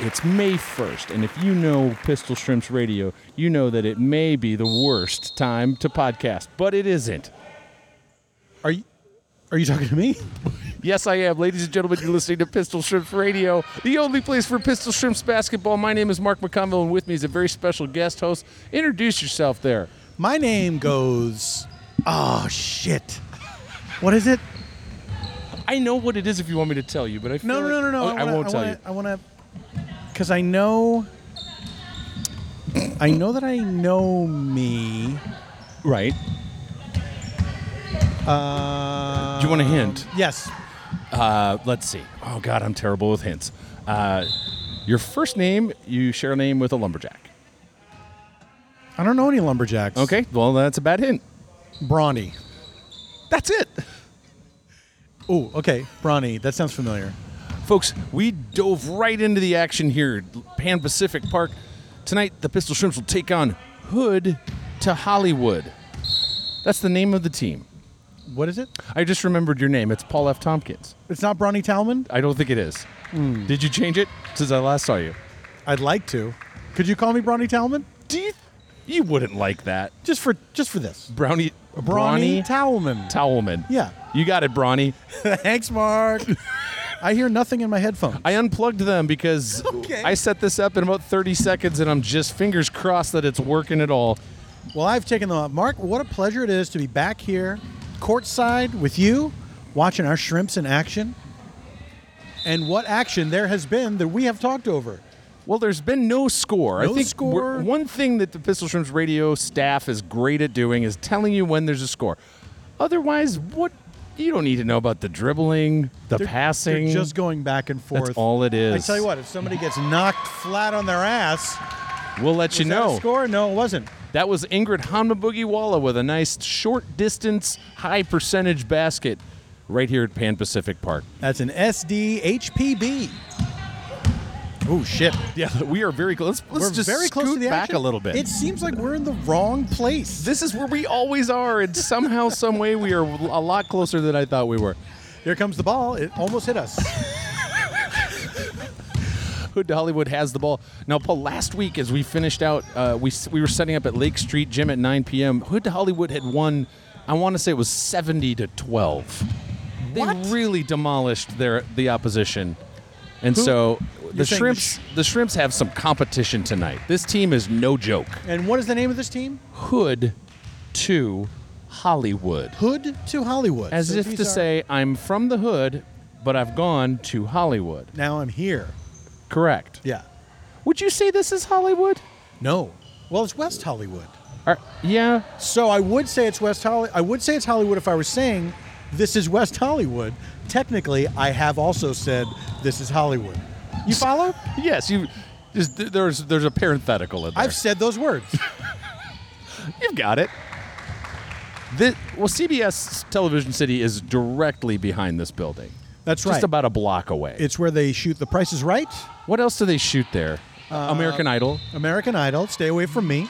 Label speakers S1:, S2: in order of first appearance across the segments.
S1: It's May 1st, and if you know Pistol Shrimps Radio, you know that it may be the worst time to podcast, but it isn't.
S2: Are you are you talking to me?
S1: Yes, I am. Ladies and gentlemen, you're listening to Pistol Shrimps Radio, the only place for Pistol Shrimps basketball. My name is Mark McConville, and with me is a very special guest host. Introduce yourself there.
S2: My name goes. Oh shit! What is it?
S1: I know what it is if you want me to tell you, but I feel
S2: No, no,
S1: like-
S2: no, no, no.
S1: Oh,
S2: wanna-
S1: won't tell you.
S2: wanna- I want to, because I know. I know that I know me.
S1: Right.
S2: Uh,
S1: Do you want a hint?
S2: Yes.
S1: Uh, let's see. Oh God, I'm terrible with hints. Uh, your first name, you share a name with a lumberjack.
S2: I don't know any lumberjacks.
S1: Okay, well that's a bad hint.
S2: Brawny.
S1: That's it,
S2: Oh, okay. Brawny. That sounds familiar.
S1: folks. We dove right into the action here, Pan Pacific Park. Tonight, the Pistol Shrimps will take on Hood to Hollywood. That's the name of the team.
S2: What is it?
S1: I just remembered your name. It's Paul F. Tompkins.
S2: It's not Brawny Talman.
S1: I don't think it is.
S2: Hmm.
S1: Did you change it since I last saw you?
S2: I'd like to. Could you call me Brawny Talman?
S1: Do you? You wouldn't like that,
S2: Just for just for this.
S1: Brownie.
S2: Brawny,
S1: Brawny
S2: Talman.
S1: Towelman.
S2: Yeah.
S1: You got it, Brawny.
S2: Thanks, Mark. I hear nothing in my headphones.
S1: I unplugged them because
S2: Okay.
S1: I set this up in about 30 seconds and I'm just fingers crossed that it's working at all.
S2: well, I've taken them up. Mark, what a pleasure it is to be back here, courtside with you, watching our shrimps in action. And what action there has been that we have talked over.
S1: Well, there's been no score. I
S2: No
S1: think
S2: score.
S1: we're- one thing that the Pistol Shrimps radio staff is great at doing is telling you when there's a score. Otherwise, what you don't need to know about the dribbling, the
S2: They're-
S1: passing.
S2: They're just going back and forth.
S1: all it
S2: I
S1: is.
S2: tell you what, if somebody gets knocked flat on their ass,
S1: we'll let you
S2: is that a
S1: know.
S2: score? No, it wasn't.
S1: That was Ingrid Hanmabugiwala with a nice short distance, high percentage basket right here at Pan Pacific Park.
S2: That's an SDHPB. Oh shit.
S1: Yeah, we are very close. Let's, let's
S2: we're
S1: just
S2: very close to
S1: scoot
S2: the
S1: back
S2: action.
S1: a little bit.
S2: It seems like we're in the wrong place.
S1: this is where we always are, and somehow, some way, we are a lot closer than I thought we were.
S2: Here comes the ball. It almost hit us.
S1: Hood to Hollywood has the ball now. Paul, last week as we finished out, uh, we s- we were setting up at Lake Street Gym at 9 p.m. Hood to Hollywood had won. I want to say it was 70 to 12. They really demolished their the opposition, and so the
S2: You're saying the
S1: shrimps the shrimps have some competition tonight. This team is no joke.
S2: And what is the name of this team?
S1: Hood to Hollywood.
S2: Hood to Hollywood.
S1: As
S2: So
S1: if
S2: these
S1: to
S2: are-
S1: say, I'm from the hood, but I've gone to Hollywood.
S2: now I'm here.
S1: Correct.
S2: Yeah.
S1: Would you say this is Hollywood?
S2: No. Well, it's West Hollywood.
S1: Or, yeah.
S2: So I would say it's West Hollywood. I would say it's Hollywood if I was saying this is West Hollywood. Technically, I have also said this is Hollywood. You follow?
S1: Yes, you. Just, th- there's there's a parenthetical in there.
S2: I've said those words.
S1: You've got it. Thi- well, CBS Television City is directly behind this building.
S2: That's
S1: Just
S2: right.
S1: about a block away.
S2: It's where they shoot The Price is Right,
S1: what else do they shoot there? American Idol.
S2: American Idol, Stay Away From Me.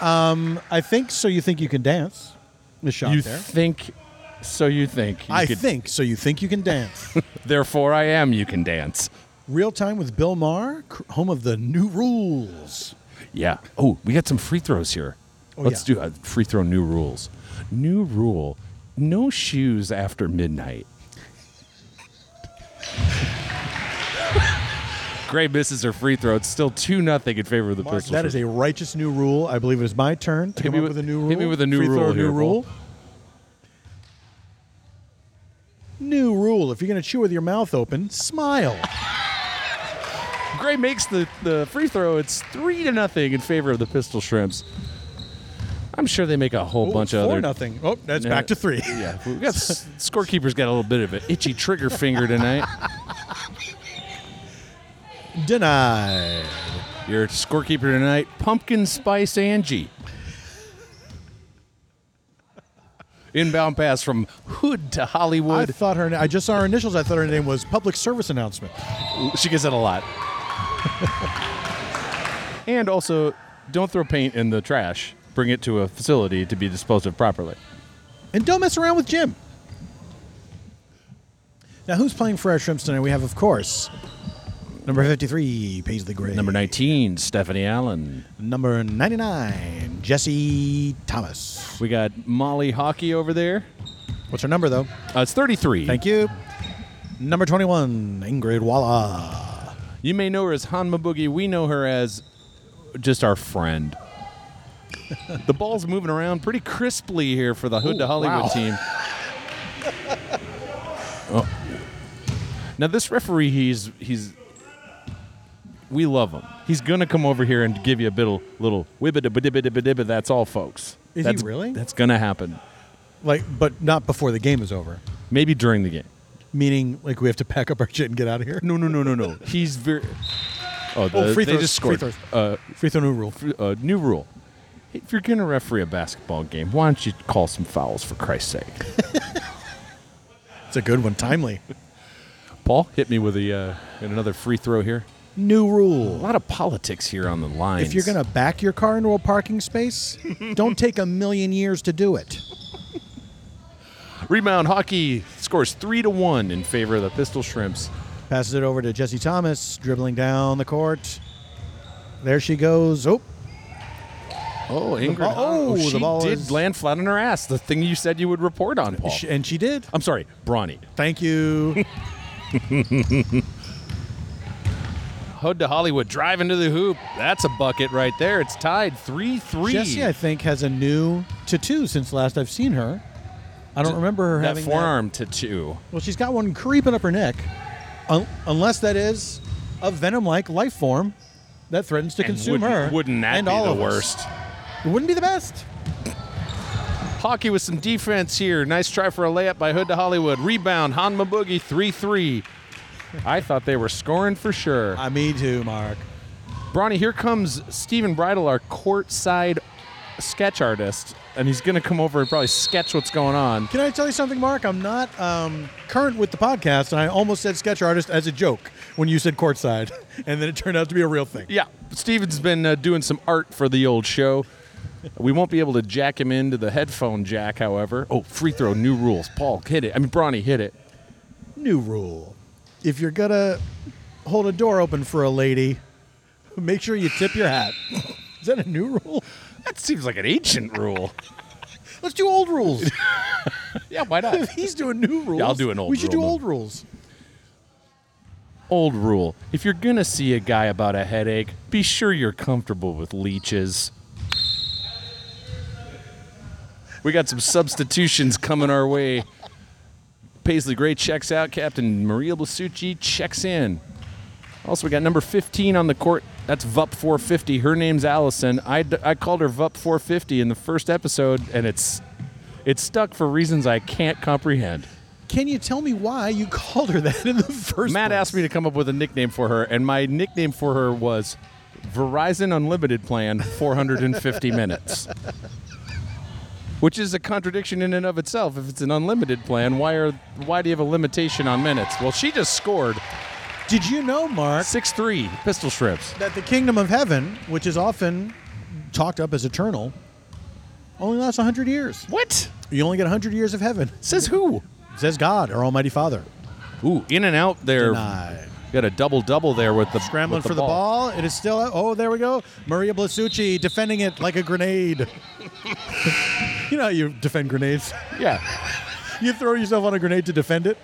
S2: um, I think So You Think You Can Dance is shot
S1: You
S2: there.
S1: think, so you think. You
S2: I
S1: could-
S2: think So You Think You Can Dance.
S1: Therefore, I am. You can dance.
S2: Real Time with Bill Maher, cr- home of the new rules.
S1: Yeah. Oh, we got some free throws here.
S2: Oh,
S1: Let's
S2: yeah.
S1: do a free throw new rules. New rule no shoes after midnight. Gray misses her free throw. It's still 2 nothing in favor of the
S2: Mark,
S1: Pistol.
S2: that is a righteous new rule. I believe it is my turn to
S1: Hit
S2: come
S1: me
S2: up
S1: with-
S2: with a new rule.
S1: hit me with a new
S2: Free throw,
S1: rule
S2: new
S1: here,
S2: rule.
S1: Bull.
S2: New rule. If you're going to chew with your mouth open, smile.
S1: Gray makes the, the free throw. It's 3 to nothing in favor of the Pistol Shrimps. I'm sure they make a whole
S2: Oh,
S1: bunch of
S2: four
S1: other
S2: nothing. Oh, that's
S1: Yeah.
S2: back to three.
S1: Yeah, we got s- scorekeeper's got a little bit of an itchy trigger finger tonight.
S2: Denied.
S1: Your scorekeeper tonight, Pumpkin Spice Angie. Inbound pass from Hood to
S2: I
S1: Hollywood.
S2: thought her. na- I just saw her initials. I thought her name was public service announcement.
S1: she gets that a lot. and also, don't throw paint in the trash. Bring it to a facility to be disposed of properly.
S2: And don't mess around with Jim. Now, who's playing for our shrimps tonight? We have, of course, Number 53, Paisley Gray.
S1: Number 19, Stephanie Allen.
S2: Number 99, Jesse Thomas.
S1: We got Molly Hockey over there.
S2: What's her number, though?
S1: Uh, it's 33.
S2: Thank you. Number 21, Ingrid Walla.
S1: You may know her as Hanma Boogie. We know her as just our friend. the ball's moving around pretty crisply here for the Hood to
S2: Ooh,
S1: Hollywood
S2: wow.
S1: team. Oh. Now this referee, he's he's we love him. He's gonna come over here and give you a little little wibbida bibbida bibbida. That's all, folks.
S2: he
S1: that's,
S2: really?
S1: That's gonna happen.
S2: Like, but not before the game is over.
S1: Maybe during the game.
S2: Meaning, like, we have to pack up our shit and get out of here.
S1: No, no, no, no, no. He's very. Oh, the,
S2: Oh, free
S1: they
S2: throws,
S1: just
S2: free
S1: scored.
S2: throws.
S1: Uh,
S2: Free throw new rule.
S1: uh, new rule. If you're going to referee a basketball game, why don't you call some fouls for Christ's sake?
S2: It's a good one. Timely.
S1: Paul, hit me with a uh, and another free throw here.
S2: New rule.
S1: A lot of politics here on the line.
S2: If you're going to back your car into a parking space, don't take a million years to do it.
S1: to rebound hockey scores 3 to 1 in favor of the Pistol Shrimps.
S2: Passes it over to Jesse Thomas, dribbling down the court. There she goes. Oh,
S1: Oh, Ingrid.
S2: ball- oh, the
S1: she
S2: ball
S1: did
S2: is-
S1: land flat on her ass. The thing you said you would report on, Paul.
S2: sh- and she did.
S1: I'm sorry, Bronny.
S2: Thank you.
S1: Hood to Hollywood driving to the hoop. That's a bucket right there. It's tied 3 3.
S2: Jesse, I think, has a new tattoo since last I've seen her. I don't remember her
S1: that
S2: having
S1: forearm tattoo.
S2: Well, she's got one creeping up her neck, Un- unless that is a venom-like life form that threatens to
S1: And
S2: consume
S1: wouldn't-
S2: her.
S1: Wouldn't that
S2: and
S1: be
S2: all
S1: the
S2: of us.
S1: worst?
S2: It wouldn't be the best.
S1: Hockey with some defense here. Nice try for a layup by Hood to Hollywood. Rebound, Hanma Boogie, 3 3. I thought they were scoring for sure.
S2: I Ah, me too, Mark.
S1: Bronny, here comes Stephen Bridle, our courtside sketch artist, and he's going to come over and probably sketch what's going on.
S2: Can I tell you something, Mark? I'm not um, current with the podcast, and I almost said sketch artist as a joke when you said courtside, and then it turned out to be a real thing.
S1: Yeah, Steven's been uh, doing some art for the old show. We won't be able to jack him into the headphone jack, however. Oh, free throw, new rules. Paul, hit it. I mean, Bronny, hit it.
S2: New rule: if you're gonna hold a door open for a lady, make sure you tip your hat. Is that a new rule?
S1: That seems like an ancient rule.
S2: Let's do old rules.
S1: yeah, why not?
S2: if he's doing new rules,
S1: I'll do an old
S2: We should
S1: rule
S2: do
S1: then.
S2: old rules.
S1: old rule if you're gonna see a guy about a headache be sure you're comfortable with leeches we got some substitutions coming our way paisley gray checks out captain maria blasucci checks in also we got number 15 on the court that's vup 450 her name's allison i, d- I called her vup 450 in the first episode and it's it's stuck for reasons i can't comprehend
S2: Can you tell me why you called her that in the first?
S1: Matt
S2: place?
S1: asked me to come up with a nickname for her, and my nickname for her was Verizon Unlimited Plan 450 Minutes. Which is a contradiction in and of itself. If it's an unlimited plan, why are why do you have a limitation on minutes? Well, she just scored
S2: Did you know, Mark,
S1: six three pistol strips.
S2: that the kingdom of heaven, which is often talked up as eternal, only lasts hundred years.
S1: What
S2: You only get hundred years of heaven.
S1: says who?
S2: Says God, our Almighty Father.
S1: Ooh, in and out there.
S2: Denied.
S1: Got a double double there with the
S2: Scrambling
S1: with the
S2: for
S1: ball.
S2: the ball. It is still. Oh, there we go. Maria Blasucci defending it like a grenade. you know how you defend grenades.
S1: Yeah,
S2: You throw yourself on a grenade to defend it.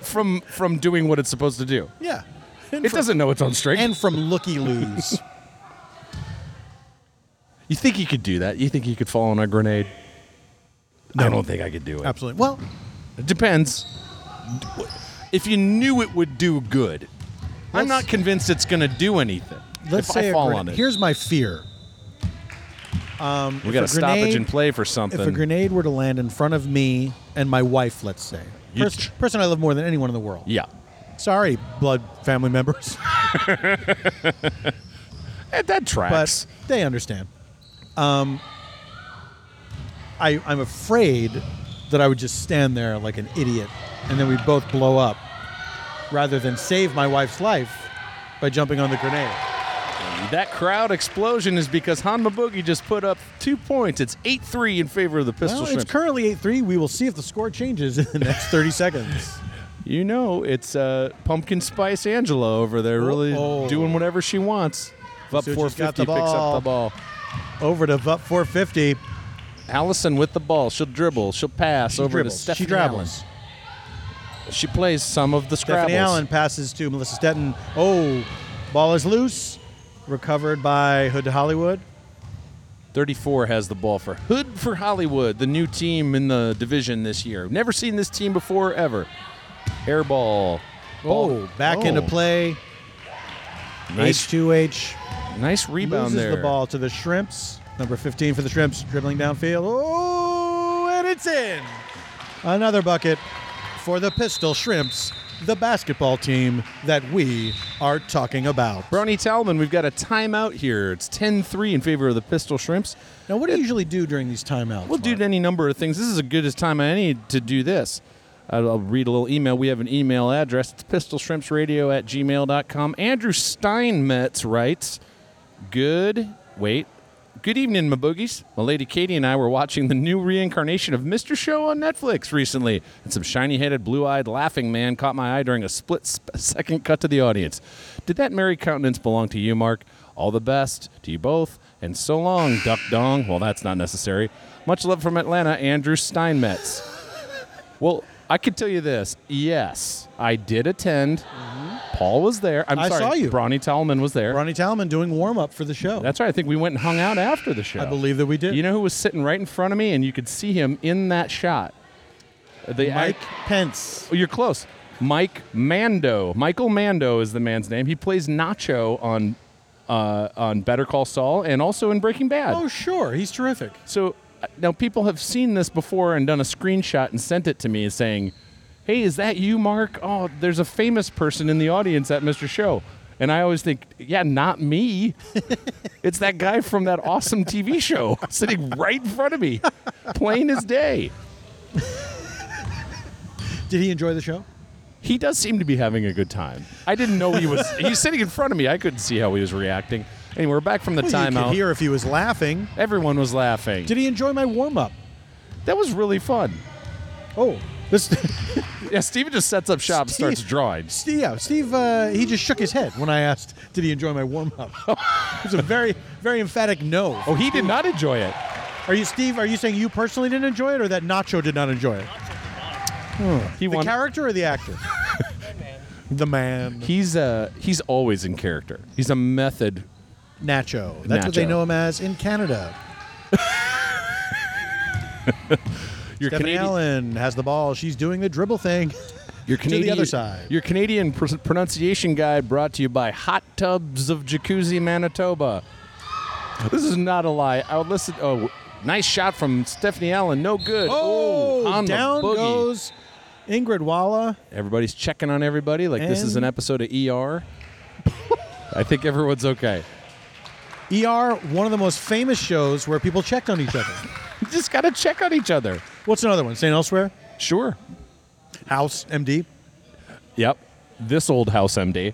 S1: from from doing what it's supposed to do.
S2: Yeah.
S1: It doesn't know its own strength.
S2: and from looky loos.
S1: You think you could do that? You think you could fall on a grenade? I don't think I could do it.
S2: Absolutely. Well,
S1: It depends. If you knew it would do good, I'm
S2: Let's-
S1: not convinced it's going to do anything.
S2: let's
S1: if
S2: say
S1: I
S2: a
S1: fall
S2: grenade-
S1: on it,
S2: Here's my fear. Um,
S1: we
S2: if
S1: got
S2: a
S1: a stoppage
S2: grenade-
S1: and play for something.
S2: If a grenade were to land in front of me and my wife, let's say,
S1: You
S2: Pers-
S1: tr-
S2: person I love more than anyone in the world.
S1: yeah,
S2: Sorry, blood family members,
S1: that, Eh, that tracks.
S2: but they understand. Um, I, I'm afraid that I would just stand there like an idiot, and then we both blow up, rather than save my wife's life by jumping on the grenade.
S1: that crowd explosion is because Hanma Boogie just put up two points. It's eight three in favor of the Pistol
S2: Well, it's
S1: Shrimps.
S2: currently 8 3. We will see if the score changes in the next 30 seconds.
S1: You know, it's uh, Pumpkin Spice Angela over there, really
S2: Uh-oh.
S1: doing whatever she wants. Up
S2: So she's
S1: 450
S2: got the
S1: picks up the ball.
S2: Over to Vup 450.
S1: Allison with the ball. She'll dribble. She'll pass
S2: She
S1: over to
S2: dribbles.
S1: Stephanie.
S2: She dribbles.
S1: Allen. She plays some of the scrabbles.
S2: Stephanie Allen passes to Melissa Stetton. Oh, ball is loose. Recovered by Hood to Hollywood.
S1: 34 has the ball for Hood for Hollywood, the new team in the division this year. Never seen this team before ever. Air ball. Ball-
S2: Oh, back into
S1: Oh,
S2: play.
S1: Nice,
S2: H2H
S1: nice rebound
S2: loses
S1: there.
S2: the ball to the Shrimps. Number 15 for the Shrimps, dribbling downfield. Oh, and it's in. Another bucket for the Pistol Shrimps, the basketball team that we are talking about.
S1: Brony Talman, we've got a timeout here. It's 10-3 in favor of the Pistol Shrimps.
S2: Now, what do you usually do during these timeouts?
S1: We'll do
S2: Mark?
S1: any number of things. This is as good as time I need to do this. I'll I'll read a little email. We have an email address. It's pistolshrimpsradio at gmail.com. Andrew Steinmetz writes, Good, wait, good evening, my boogies. My lady Katie and I were watching the new reincarnation of Mr. Show on Netflix recently, and some shiny headed, blue eyed, laughing man caught my eye during a split sp- second cut to the audience. Did that merry countenance belong to you, Mark? All the best to you both, and so long, Duck Dong. Well, that's not necessary. Much love from Atlanta, Andrew Steinmetz. Well, I can tell you this. Yes, I did attend. Paul was there. I'm
S2: Mm-hmm. I
S1: sorry.
S2: saw you.
S1: Bronny Talman was there.
S2: Ronnie Talman doing warm up for the show.
S1: That's right. I think we went and hung out after the show.
S2: I believe that we did.
S1: You know who was sitting right in front of me, and you could see him in that shot. The
S2: Mike Pence.
S1: Oh, you're close. Mike Mando. Michael Mando is the man's name. He plays Nacho on uh, on Better Call Saul and also in Breaking Bad.
S2: Oh, sure. He's terrific.
S1: So uh, now people have seen this before and done a screenshot and sent it to me saying, "Hey, is that you, Mark? Oh, there's a famous person in the audience at Mr. Show." And I always think, "Yeah, not me. it's that guy from that awesome TV show sitting right in front of me, plain as day."
S2: Did he enjoy the show?
S1: He does seem to be having a good time. I didn't know he was. he's sitting in front of me. I couldn't see how he was reacting. Anyway, we're back from the
S2: Well, You could
S1: timeout.
S2: hear if he was laughing.
S1: Everyone was laughing.
S2: Did he enjoy my warm up?
S1: that was really fun.
S2: Oh, this.
S1: Yeah, Steven just sets up shop, and starts drawing.
S2: Steve, yeah, Steve, uh, he just shook his head when I asked, "Did he enjoy my warm up?" it was a very, very emphatic no.
S1: Oh, he did not enjoy it.
S2: Are you Steve? Are you saying you personally didn't enjoy it, or that Nacho did not enjoy it?
S1: He
S2: The
S1: won-
S2: character or the actor? the man,
S1: He's uh he's always in character. He's a method.
S2: Nacho. That's what they
S1: Nacho.
S2: know him as in Canada.
S1: Your
S2: Stephanie Allen has the ball. She's doing the dribble thing.
S1: your Canadian,
S2: other side.
S1: Your Canadian pr- pronunciation guide brought to you by Hot Tubs of Jacuzzi, Manitoba. This is not a lie. I would listen. Oh, nice shot from Stephanie Allen. No good. Ooh, Oh, on the
S2: Oh, down
S1: boogie.
S2: goes Ingrid Walla.
S1: Everybody's checking on everybody like this is an
S2: And-
S1: episode of ER. I think everyone's okay.
S2: ER, one of the most famous shows where people checked on each other.
S1: You just gotta check on each other.
S2: What's another one? St. Elsewhere?
S1: Sure.
S2: House, MD.
S1: Yep. This old house MD.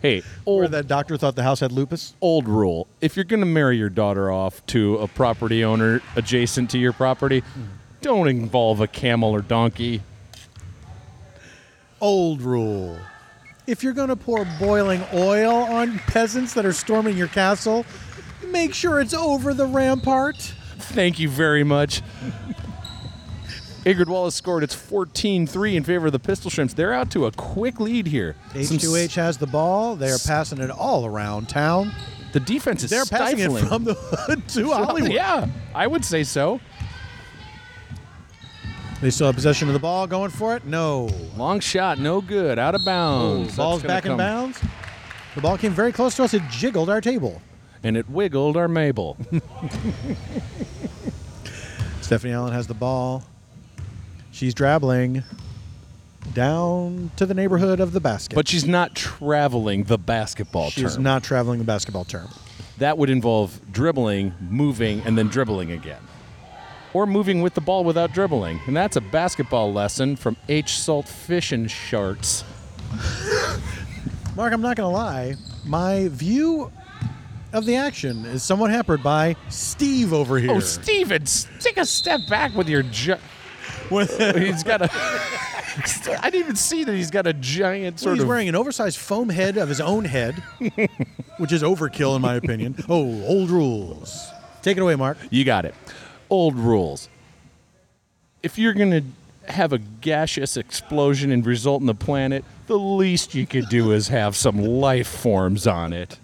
S1: hey,
S2: Where
S1: old
S2: that doctor thought the house had lupus.
S1: old rule. If you're going to marry your daughter off to a property owner adjacent to your property, don't involve a camel or donkey.
S2: Old rule. If you're going to pour boiling oil on peasants that are storming your castle, make sure it's over the rampart.
S1: Thank you very much. Ingrid Wallace scored. It's 14-3 in favor of the Pistol Shrimps. They're out to a quick lead here. Some
S2: H2H
S1: s-
S2: has the ball. They are passing it all around town.
S1: The defense is
S2: They're passing
S1: stifling.
S2: it from the hood to Hollywood.
S1: yeah, I would say so.
S2: They still have possession of the ball. Going for it? No.
S1: Long shot, no good. Out of bounds. That's
S2: Ball's
S1: gonna
S2: back in
S1: come-
S2: bounds. The ball came very close to us. It jiggled our table.
S1: And it wiggled our Mabel.
S2: Stephanie Allen has the ball. She's dribbling down to the neighborhood of the basket.
S1: but she's not traveling the basketball
S2: she's
S1: term.
S2: not traveling the basketball term.
S1: that would involve dribbling, moving, and then dribbling again. Or moving with the ball without dribbling. And that's a basketball lesson from H. Salt Fish and Sharts.
S2: Mark, I'm not going to lie. My view of the action is somewhat hampered by Steve over here.
S1: Oh, Steven, s- take a step back with your. Ju- he's got a. I didn't even see that he's got a giant sort
S2: he's
S1: of.
S2: wearing an oversized foam head of his own head, which is overkill in my opinion. Oh, old rules. Take it away, Mark.
S1: You got it. Old rules. If you're going to have a gaseous explosion and result in the planet, the least you could do is have some life forms on it.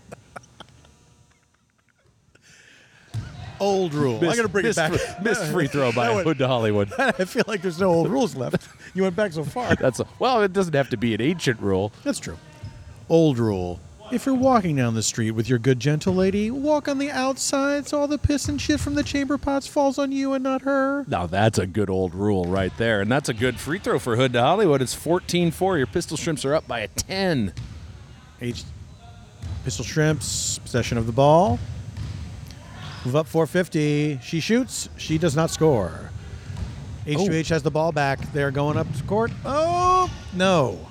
S2: Old rules. I gotta bring it
S1: missed
S2: back.
S1: fr- missed free throw by
S2: That one-
S1: Hood to Hollywood.
S2: I feel like there's no old rules left. You went back so far.
S1: That's a, well, it doesn't have to be an ancient rule.
S2: That's true. Old rule. If you're walking down the street with your good gentle lady, walk on the outside so all the piss and shit from the chamber pots falls on you and not her.
S1: Now that's a good old rule right there, and that's a good free throw for Hood to Hollywood. It's 14-4. Your pistol shrimps are up by a 10.
S2: H. Pistol Shrimps, possession of the ball. Move up 450. She shoots. She does not score. H2H has the ball back. They're going up to court. Oh, no.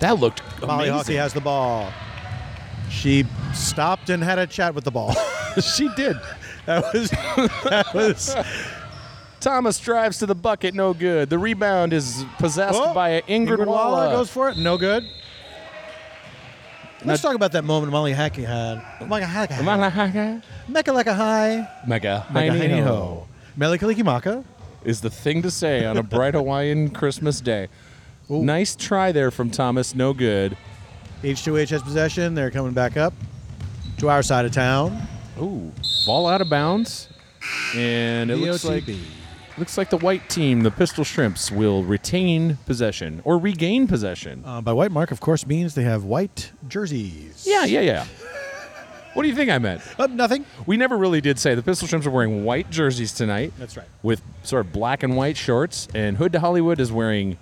S1: That looked
S2: Molly Hockey
S1: amazing.
S2: has the ball. She stopped and had a chat with the ball.
S1: she did.
S2: that was that was
S1: Thomas drives to the bucket, no good. The rebound is possessed
S2: Oh,
S1: by Ingrid, Walla.
S2: goes for it. No good. Let's
S1: Now-
S2: talk about that moment Molly Hackey had. Molly Hackey. had.
S1: Malahaka.
S2: Mecca like a high.
S1: Mega
S2: Mecca
S1: hiney
S2: hiney
S1: ho
S2: ho. Melikalikimaka.
S1: is the thing to say on a bright Hawaiian Christmas day. Nice try there from Thomas, no good.
S2: H2H has possession. They're coming back up to our side of town.
S1: Ooh, ball out of bounds, and it looks like
S2: DOTB.
S1: looks like the white team, the Pistol Shrimps, will retain possession or regain possession.
S2: Uh, by white mark, of course, means they have white jerseys.
S1: yeah, yeah, yeah. What do you think I meant?
S2: Uh, nothing.
S1: We never really did say the Pistol Shrimps are wearing white jerseys tonight.
S2: That's right.
S1: With sort of black and white shorts, and Hood to Hollywood is wearing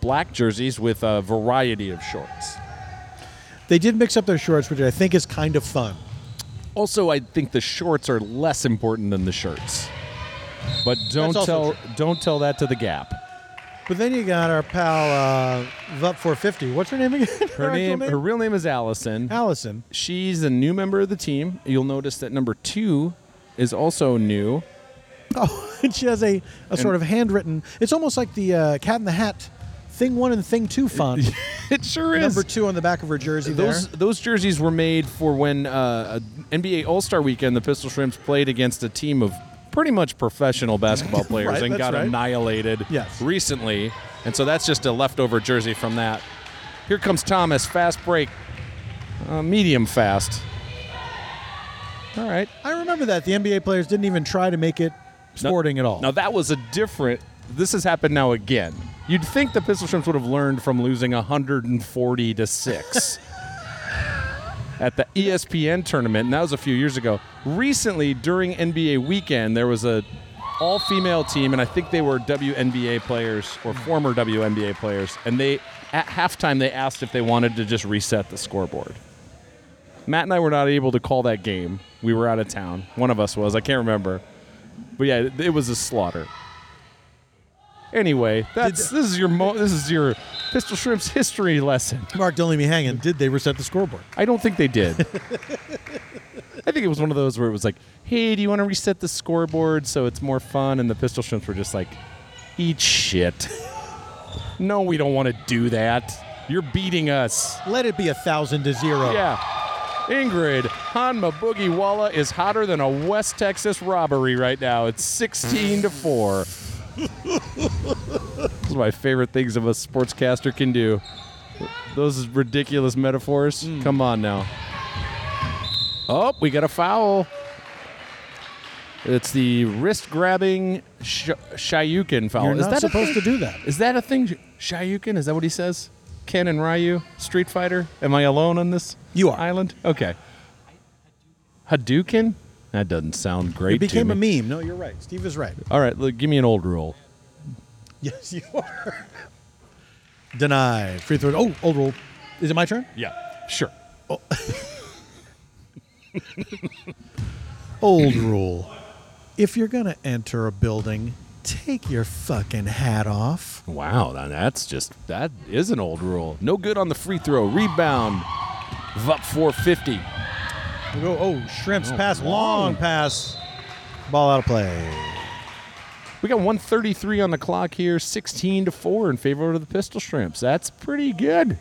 S1: black jerseys with a variety of shorts.
S2: They did mix up their shorts, which I think is kind of fun.
S1: Also, I think the shorts are less important than the shirts. But don't
S2: That's also
S1: tell don't tell that to the Gap.
S2: But then you got our pal uh, Vup 450. What's her name again?
S1: Her
S2: actual
S1: name, her real name is Allison.
S2: Allison.
S1: She's a new member of the team. You'll notice that number two is also new.
S2: Oh, and she has a, a sort of handwritten. It's almost like the uh, Cat in the Hat, Thing One and Thing Two font.
S1: It sure
S2: Number two on the back of her jersey.
S1: Those
S2: there.
S1: those jerseys were made for when uh, a NBA All Star Weekend. The Pistol Shrimps played against a team of pretty much professional basketball players
S2: Right,
S1: and
S2: that's
S1: got
S2: right.
S1: annihilated.
S2: Yes.
S1: recently, and so that's just a leftover jersey from that. Here comes Thomas, fast break, uh, medium fast. All right,
S2: I remember that the NBA players didn't even try to make it sporting at all.
S1: Now that was a different. This has happened now again. You'd think the Pistol Shrimps would have learned from losing 140 to six at the E ESPN tournament, and that was a few years ago. Recently, during NBA weekend, there was a all-female team, and I think they were WNBA players or former WNBA players, and they at halftime they asked if they wanted to just reset the scoreboard. Matt and I were not able to call that game. We were out of town. One of us was. I can't remember. But yeah, it- it was a slaughter. Anyway, that's this is your mo- this is your pistol shrimps history lesson.
S2: Mark, don't leave me hanging. Did they reset the scoreboard?
S1: I don't think they did. I think it was one of those where it was like, "Hey, do you want to reset the scoreboard so it's more fun?" And the pistol shrimps were just like, "Eat shit." no, we don't want to do that. You're beating us.
S2: Let it be a thousand to zero.
S1: Yeah. Ingrid Hanma Boogie Walla is hotter than a West Texas robbery right now. It's 16 to 4. this is my favorite things of a sportscaster can do. Those ridiculous metaphors.
S2: Mm.
S1: Come on now. Oh, we got a foul. It's the wrist grabbing sh- Shayukin foul.
S2: You're
S1: is
S2: not
S1: that a
S2: supposed
S1: thing?
S2: to do that.
S1: Is that a thing? Shayukin? Is that what he says? Ken and Ryu, Street Fighter. Am I alone on this?
S2: You are.
S1: Island. Okay. Hadouken. That doesn't sound great.
S2: It became
S1: to
S2: a
S1: me.
S2: meme. No, you're right. Steve is right.
S1: All right, look, give me an old rule.
S2: Yes, you are. Denied. Free throw. Oh, old rule. Is it my turn?
S1: Yeah. Sure.
S2: Old rule. If you're going to enter a building, take your fucking hat off.
S1: Wow. now That's just that is an old rule. No good on the free throw. Rebound. Vup 450.
S2: We
S1: Oh,
S2: go, oh, shrimps pass,
S1: long.
S2: long pass. Ball out of play.
S1: We got 133 on the clock here, 16 to 4 in favor of the Pistol Shrimps. That's pretty good.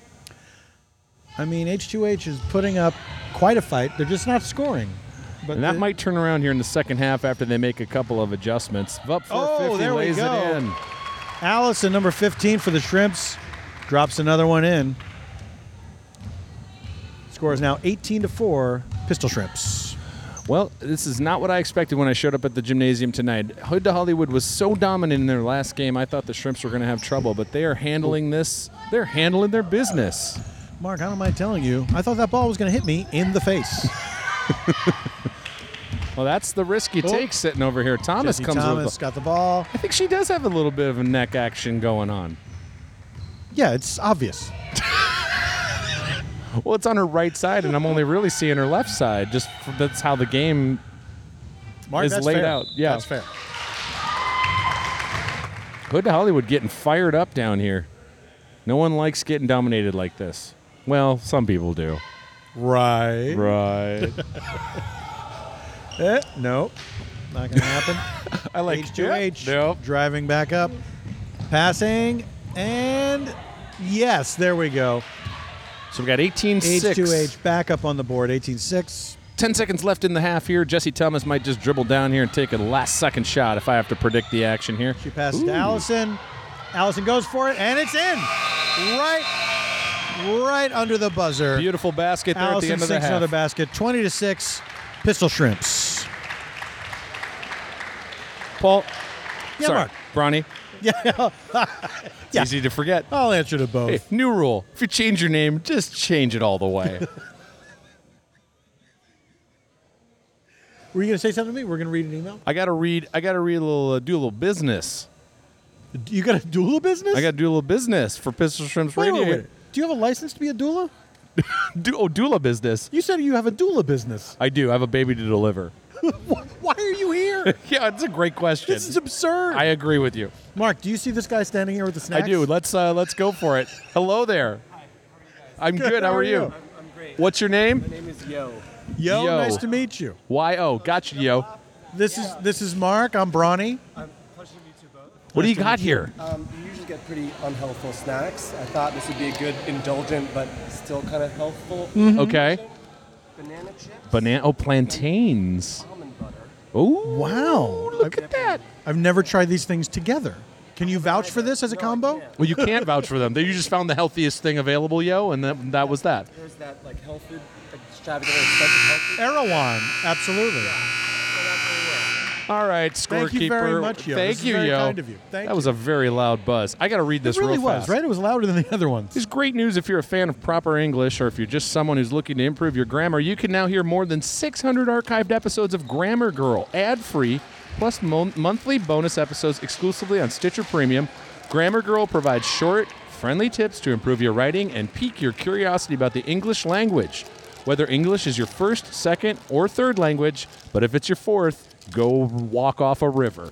S2: I mean, H2H is putting up quite a fight. They're just not scoring. But
S1: And that
S2: the-
S1: might turn around here in the second half after they make a couple of adjustments. Up 450
S2: Oh, there we
S1: lays
S2: go.
S1: it in.
S2: Allison, number 15 for the Shrimps, drops another one in. Score is now 18 to 4, Pistol Shrimps.
S1: Well, this is not what I expected when I showed up at the gymnasium tonight. Hood to Hollywood was so dominant in their last game. I thought the Shrimps were going to have trouble, but they are handling this. They're handling their business.
S2: Mark, I don't mind telling you, I thought that ball was going to hit me in the face.
S1: Well, that's the risk you
S2: Oh.
S1: take sitting over here. Thomas
S2: Jesse
S1: comes
S2: Thomas
S1: with.
S2: got the ball.
S1: I think she does have a little bit of a neck action going on.
S2: Yeah, it's obvious.
S1: Well, it's on her right side, and I'm only really seeing her left side. Just f- that's how the game.
S2: Mark,
S1: Is
S2: that's
S1: laid
S2: fair.
S1: out, yeah.
S2: That's fair.
S1: Hood to Hollywood getting fired up down here. No one likes getting dominated like this. Well, some people do.
S2: Right.
S1: Right.
S2: Eh, nope. Not going to happen.
S1: I like
S2: H2H
S1: Nope.
S2: driving back up, passing, and yes, there we go.
S1: So we got 18 6.
S2: H2H back up on the board, 18 6.
S1: 10 seconds left in the half here. Jesse Thomas might just dribble down here and take a last second shot if I have to predict the action here.
S2: She passes to Allison. Allison goes for it, and it's in. Right, right under the buzzer.
S1: Beautiful basket there at
S2: Allison
S1: the end of the
S2: sinks
S1: half.
S2: another basket, 20 to 6, Pistol Shrimps.
S1: Paul.
S2: Yeah,
S1: sorry,
S2: Mark.
S1: Bronny.
S2: Yeah, Yeah. Oh.
S1: Easy to forget.
S2: I'll answer to both.
S1: Hey, new rule. If you change your name, just change it all the way.
S2: Were you going to say something to me? We're going to read an email.
S1: I gotta read. I gotta read a little. Uh, do a little business.
S2: You got a doula business?
S1: I gotta do a little business for Pistol Shrimps
S2: wait,
S1: Radio.
S2: wait, wait. Do you have a license to be a doula?
S1: Do, oh, doula business.
S2: You said you have a doula business.
S1: I do. I have a baby to deliver.
S2: Why are you here?
S1: Yeah, it's a great question.
S2: this is absurd.
S1: I agree with you.
S2: Mark, do you see this guy standing here with the
S1: I
S2: snacks?
S1: do. Let's uh, let's go for it. Hello there. I'm good. How are you?
S3: I'm great.
S1: What's your name?
S3: My name is Yo.
S2: Yo,
S1: Yo.
S2: nice to meet you.
S1: Y O. Gotcha, yo.
S2: This is this is Mark. I'm Bronny.
S3: I'm pleasure to meet you both.
S1: What do you got here?
S3: Um, you usually get pretty unhealthful snacks. I thought this would be a good indulgent but still kind of healthful.
S2: Mm-hmm.
S1: Okay.
S3: Banana chips,
S1: Banana. Oh, plantains.
S3: almond butter.
S1: Oh.
S2: Wow.
S1: Look at that.
S2: I've never tried these things together. Can you vouch for this as a
S3: No, I
S2: combo?
S3: can't.
S1: Well, you can't vouch for them. You just found the healthiest thing available, yo, and that, that was that.
S3: There's that like health food extravagant expensive health food.
S2: Erewhon, absolutely.
S1: All right, scorekeeper.
S2: Thank you very much, yo.
S1: Thank
S2: This is
S1: you,
S2: very
S1: yo.
S2: kind of you. Thank
S1: that was
S2: you.
S1: a very loud buzz. I got to read this
S2: It really
S1: real
S2: was,
S1: fast.
S2: right? It was louder than the other
S1: This
S2: ones.
S1: is great news if you're a fan of proper English or if you're just someone who's looking to improve your grammar. You can now hear more than 600 archived episodes of Grammar Girl ad free, plus mon- monthly bonus episodes exclusively on Stitcher Premium. Grammar Girl provides short, friendly tips to improve your writing and pique your curiosity about the English language. Whether English is your first, second, or third language, but if it's your fourth, go walk off a river.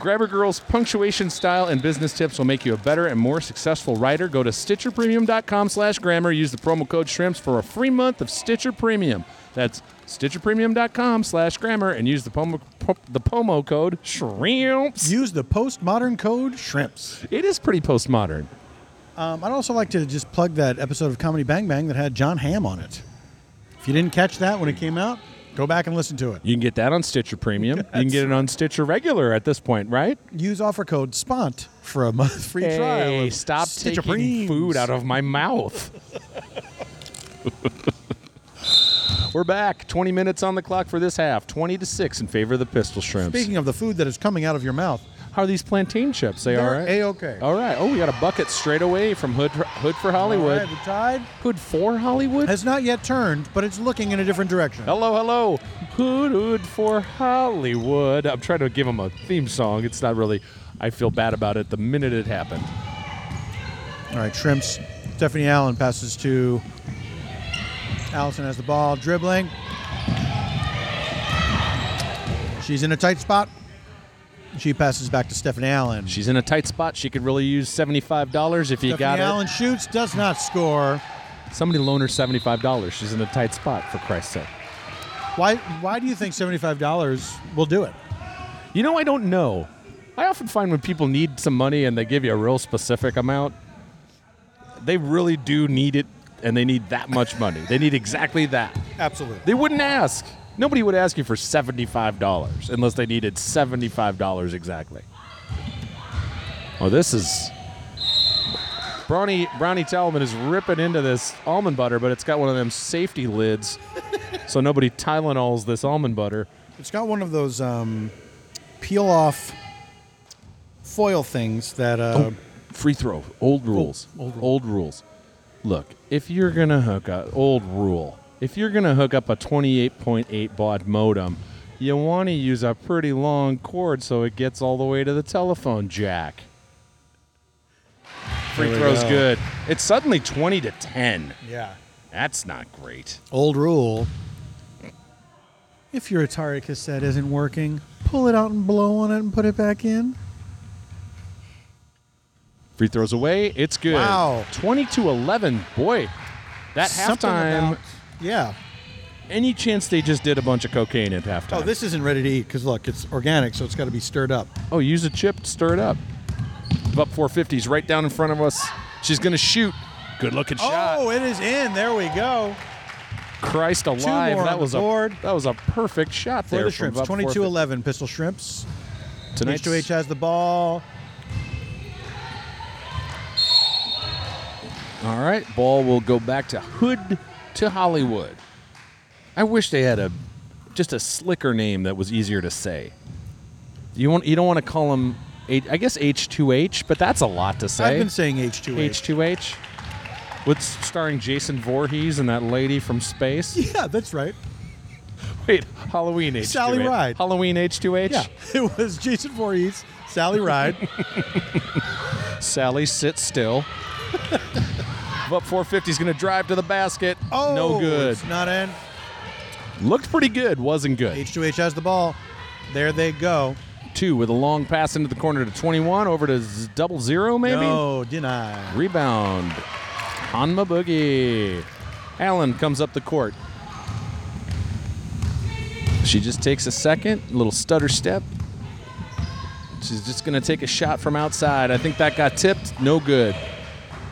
S1: Grabber Girl's punctuation style and business tips will make you a better and more successful writer. Go to stitcherpremium.com slash grammar. Use the promo code shrimps for a free month of Stitcher Premium. That's stitcherpremium.com slash grammar and use the promo, po- the promo code shrimps.
S2: Use the postmodern code shrimps.
S1: It is pretty postmodern.
S2: Um, I'd also like to just plug that episode of Comedy Bang Bang that had John Hamm on it. If you didn't catch that when it came out, go back and listen to it.
S1: You can get that on Stitcher Premium. You can get it on Stitcher Regular at this point, right?
S2: Use offer code SPONT for a month free trial.
S1: Hey,
S2: of
S1: stop
S2: Stitcher
S1: taking
S2: Preems.
S1: food out of my mouth. We're back. 20 minutes on the clock for this half. 20 to 6 in favor of the Pistol Shrimps.
S2: Speaking of the food that is coming out of your mouth,
S1: How are these plantain chips? They all
S2: They're
S1: right?
S2: A-okay.
S1: All right. Oh, we got a bucket straight away from Hood, Hood for
S2: all
S1: Hollywood.
S2: right, the tide
S1: Hood for Hollywood?
S2: has not yet turned, but it's looking in a different direction.
S1: hello, hello. Hood, Hood for Hollywood. I'm trying to give them a theme song. It's not really, I feel bad about it the minute it happened.
S2: All right, Shrimps. Stephanie Allen passes to Allison has the ball, dribbling. She's in a tight spot. She passes back to Stephanie Allen.
S1: She's in a tight spot. She could really use $75 if you
S2: Stephanie
S1: got it.
S2: Allen shoots, does not score.
S1: Somebody loan her seventy-five dollars. She's in a tight spot, for Christ's sake.
S2: Why? Why do you think seventy-five dollars will do it?
S1: You know, I don't know. I often find when people need some money and they give you a real specific amount, they really do need it, and they need that much money. They need exactly that.
S2: Absolutely.
S1: They wouldn't ask. Nobody would ask you for seventy-five dollars unless they needed seventy-five dollars exactly. Oh, this is. Brownie Brownie Talman is ripping into this almond butter, but it's got one of them safety lids, so nobody Tylenols this almond butter.
S2: It's got one of those um, peel off foil things that. Uh,
S1: Free throw. Old rules.
S2: old rule.
S1: rules. Look, if you're gonna hook up, old rule. If you're gonna hook up a 28.8 baud modem, you want to use a pretty long cord so it gets all the way to the telephone jack. Free
S2: There we
S1: throw's
S2: go.
S1: good. It's suddenly 20 to 10.
S2: Yeah.
S1: That's not great.
S2: Old rule. If your Atari cassette isn't working, pull it out and blow on it and put it back in.
S1: Free throws away. It's good.
S2: Wow.
S1: 20 to 11. Boy, that
S2: Something
S1: halftime.
S2: about- yeah.
S1: any chance they just did a bunch of cocaine at halftime?
S2: Oh, this isn't ready to eat because look, it's organic, so it's got to be stirred up.
S1: Oh, use a chip, stir it up. Up 450s right down in front of us. She's going to shoot. Oh, Good looking shot.
S2: Oh, it is in. There we go.
S1: Christ alive.
S2: more
S1: That
S2: on
S1: was
S2: board.
S1: a that was a perfect shot
S2: For
S1: there.
S2: the
S1: from
S2: shrimps,
S1: Up
S2: 22
S1: 450.
S2: 11 pistol shrimps.
S1: Tonight's-
S2: H2H has the ball.
S1: All right, ball will go back to Hood to Hollywood. I wish they had a just a slicker name that was easier to say. You want you don't want to call him H, I guess H2H, but that's a lot to say.
S2: I've been saying H2H.
S1: H2H. With starring Jason Voorhees and that lady from space.
S2: yeah, that's right.
S1: Wait, Halloween H2H.
S2: Sally Ride.
S1: Halloween H2H.
S2: Yeah, it was Jason Voorhees, Sally Ride.
S1: Sally, sit still. but 450's going to drive to the basket.
S2: Oh,
S1: no good.
S2: It's not in.
S1: Looked pretty good. Wasn't good.
S2: H2H has the ball. There they go.
S1: Two with a long pass into the corner to 21, over to z- double zero, maybe.
S2: No, deny.
S1: Rebound. Hanma Boogie. Allen comes up the court. She just takes a second, little stutter step. She's just going to take a shot from outside. I think that got tipped. No good.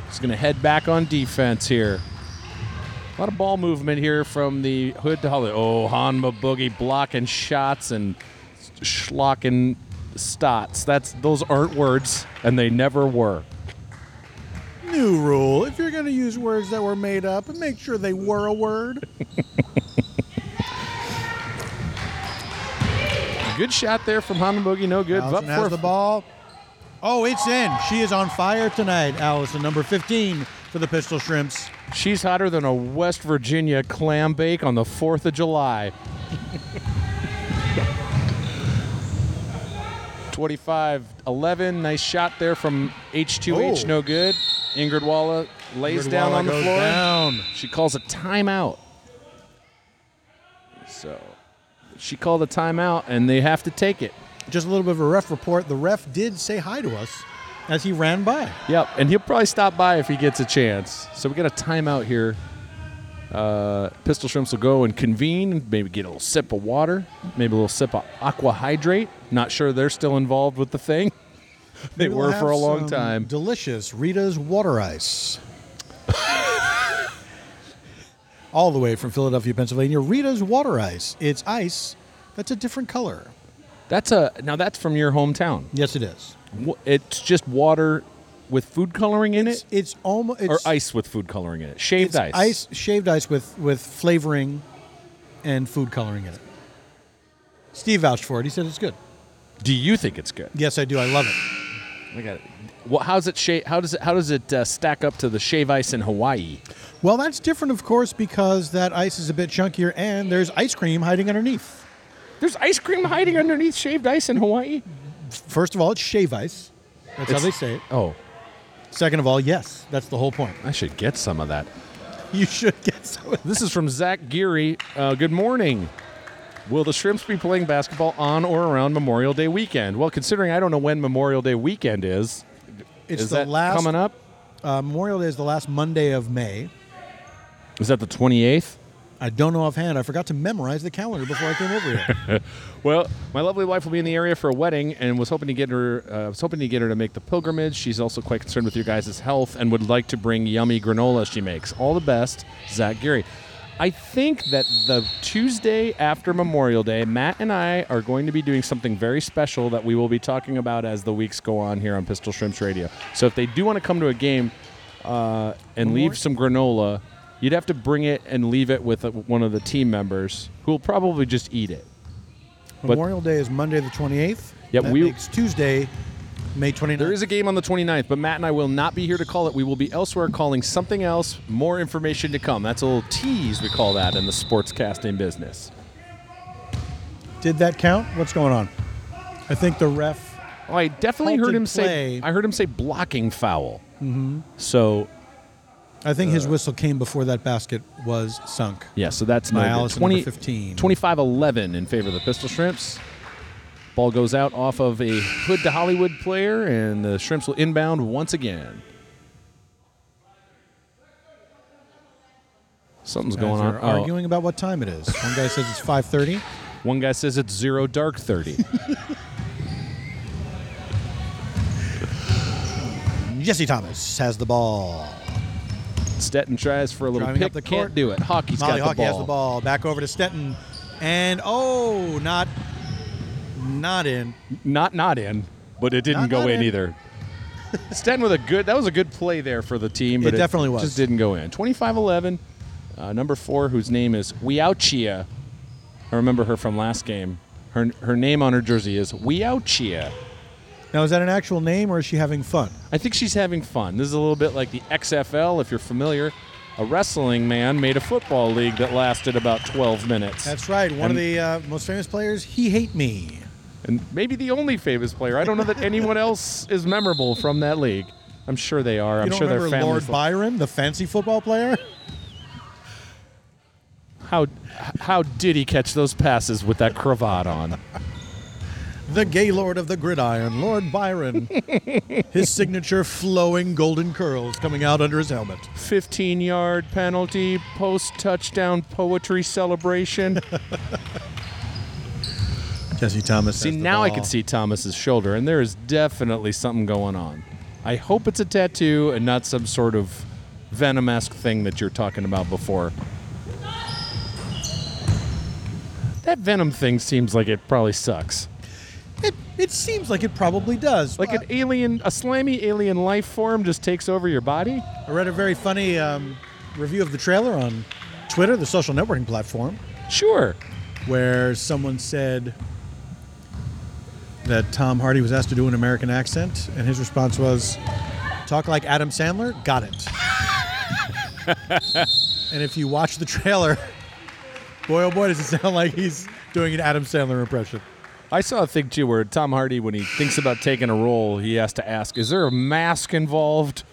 S1: She's going to head back on defense here. A lot of ball movement here from the hood to Holly. Oh, Hanma Boogie blocking shots and schlocking stots. That's those aren't words, and they never were.
S2: New rule: if you're going to use words that were made up, make sure they were a word.
S1: Good shot there from Hanabogi, no good.
S2: Allison
S1: But
S2: has
S1: for
S2: the ball. Oh, it's in. She is on fire tonight, Allison, number 15 for the Pistol Shrimps.
S1: she's hotter than a West Virginia clam bake on the 4th of July. 25 11. Nice shot there from H2H,
S2: Oh.
S1: no good. Ingrid Walla lays down
S2: Gurdwala
S1: on the
S2: goes
S1: floor.
S2: Down.
S1: She calls a timeout. So she called a timeout, and they have to take it.
S2: Just a little bit of a ref report. The ref did say hi to us as he ran by.
S1: Yep, and he'll probably stop by if he gets a chance. So we got a timeout here. Uh, Pistol Shrimps will go and convene, maybe get a little sip of water, maybe a little sip of aqua hydrate. Not sure they're still involved with the thing. They
S2: Maybe
S1: were
S2: we'll
S1: for a
S2: have
S1: long
S2: some
S1: time.
S2: Delicious Rita's water ice. All the way from Philadelphia, Pennsylvania. Rita's water ice. It's ice that's a different color.
S1: That's a now that's from your hometown.
S2: Yes, it is.
S1: Wh- It's just water with food coloring in
S2: It's,
S1: it,
S2: it's almost it's,
S1: or ice with food coloring in it. Shaved
S2: it's
S1: ice.
S2: ice, shaved ice with with flavoring and food coloring in it. Steve vouched for it. He said it's good.
S1: Do you think it's good?
S2: Yes, I do. I love it.
S1: I got it. Well, how's it shape? How does it? How does it uh, stack up to the shave ice in Hawaii?
S2: Well, that's different, of course, because that ice is a bit chunkier, and there's ice cream hiding underneath.
S1: There's ice cream hiding underneath shaved ice in Hawaii.
S2: First of all, it's shave ice. That's how
S1: It's-
S2: they say it.
S1: Oh,
S2: Second of all, yes, that's the whole point.
S1: I should get some of that.
S2: You should get some. of that.
S1: This is from Zach Geary. Uh, good morning. Will the Shrimps be playing basketball on or around Memorial Day weekend? Well, considering I don't know when Memorial Day weekend is,
S2: It's
S1: is
S2: the
S1: that
S2: last
S1: coming up?
S2: Uh, Memorial Day is the last Monday of May.
S1: Is that the 28th?
S2: I don't know offhand. I forgot to memorize the calendar before I came over here.
S1: Well, my lovely wife will be in the area for a wedding, and was hoping to get her. Uh, was hoping to get her to make the pilgrimage. She's also quite concerned with your guys' health, and would like to bring yummy granola she makes. All the best, Zach Geary. I think that the Tuesday after Memorial Day, Matt and I are going to be doing something very special that we will be talking about as the weeks go on here on Pistol Shrimps Radio. So if they do want to come to a game uh, and leave some granola, you'd have to bring it and leave it with uh one of the team members who will probably just eat it.
S2: Memorial Day is Monday the 28th.
S1: Yep,
S2: that
S1: we-
S2: makes Tuesday, May 29th.
S1: There is a game on the 29th, but Matt and I will not be here to call it. We will be elsewhere calling something else. More information to come. That's a little tease, we call that in the sports casting business.
S2: Did that count? What's going on? I think the ref.
S1: Oh, I definitely heard
S2: Halted
S1: him say.
S2: play.
S1: I heard him say blocking foul. Mm-hmm. So
S2: I think
S1: Uh,
S2: his whistle came before that basket was sunk.
S1: yeah, so that's
S2: By
S1: no good.
S2: Allison, number 15.
S1: 25-11 in favor of the Pistol Shrimps. Ball goes out off of a hood to Hollywood player, and the Shrimps will inbound once again. Something's going on.
S2: They're
S1: Oh,
S2: Arguing about what time it is. One guy says it's 5:30.
S1: One guy says it's zero dark 30.
S2: Jesse Thomas has the ball.
S1: Stetton tries for a little
S2: Driving up
S1: pick,
S2: the
S1: can't
S2: court.
S1: do it. Hockey's got
S2: Molly
S1: the
S2: Hockey
S1: ball.
S2: has the ball. Back over to Stetton, and oh, not, not in.
S1: Not not in, but it didn't
S2: Not-
S1: go
S2: not
S1: in,
S2: in.
S1: either. Stetton with a good that was a good play there for the team, but
S2: It definitely was.
S1: just didn't go in. 25-11. Uh, number 4 whose name is Weauchia. I remember her from last game. Her her name on her jersey is Weauchia.
S2: Now is that an actual name or is she having fun?
S1: I think she's having fun. This is a little bit like the XFL if you're familiar. A wrestling man made a football league that lasted about 12 minutes.
S2: That's right. One
S1: And-
S2: of the uh, most famous players. He hate me.
S1: and maybe the only famous player. I don't know that anyone else is memorable from that league. I'm sure they are. I'm
S2: you don't
S1: sure their
S2: remember Lord
S1: families.
S2: Byron, the fancy football player?
S1: how how did he catch those passes with that cravat on?
S2: The Gaylord of the Gridiron, Lord Byron. his signature flowing golden curls coming out under his helmet.
S1: 15 yard penalty, post touchdown poetry celebration.
S2: Jesse Thomas.
S1: see,
S2: has the
S1: now I
S2: ball.
S1: can see Thomas's shoulder, and there is definitely something going on. I hope it's a tattoo and not some sort of venom esque thing that you're talking about before. That venom thing seems like it probably sucks.
S2: It, it seems like it probably does.
S1: Like
S2: Like
S1: an alien, a slimy alien life form just takes over your body?
S2: I read a very funny um, review of the trailer on Twitter, the social networking platform,
S1: Sure.
S2: where someone said that Tom Hardy was asked to do an American accent, and his response was, "Talk like Adam Sandler." Got it. and if you watch the trailer, boy oh boy, does it sound like he's doing an Adam Sandler impression.
S1: I saw a thing too where Tom Hardy, when he thinks about taking a role, he has to ask, is there a mask involved?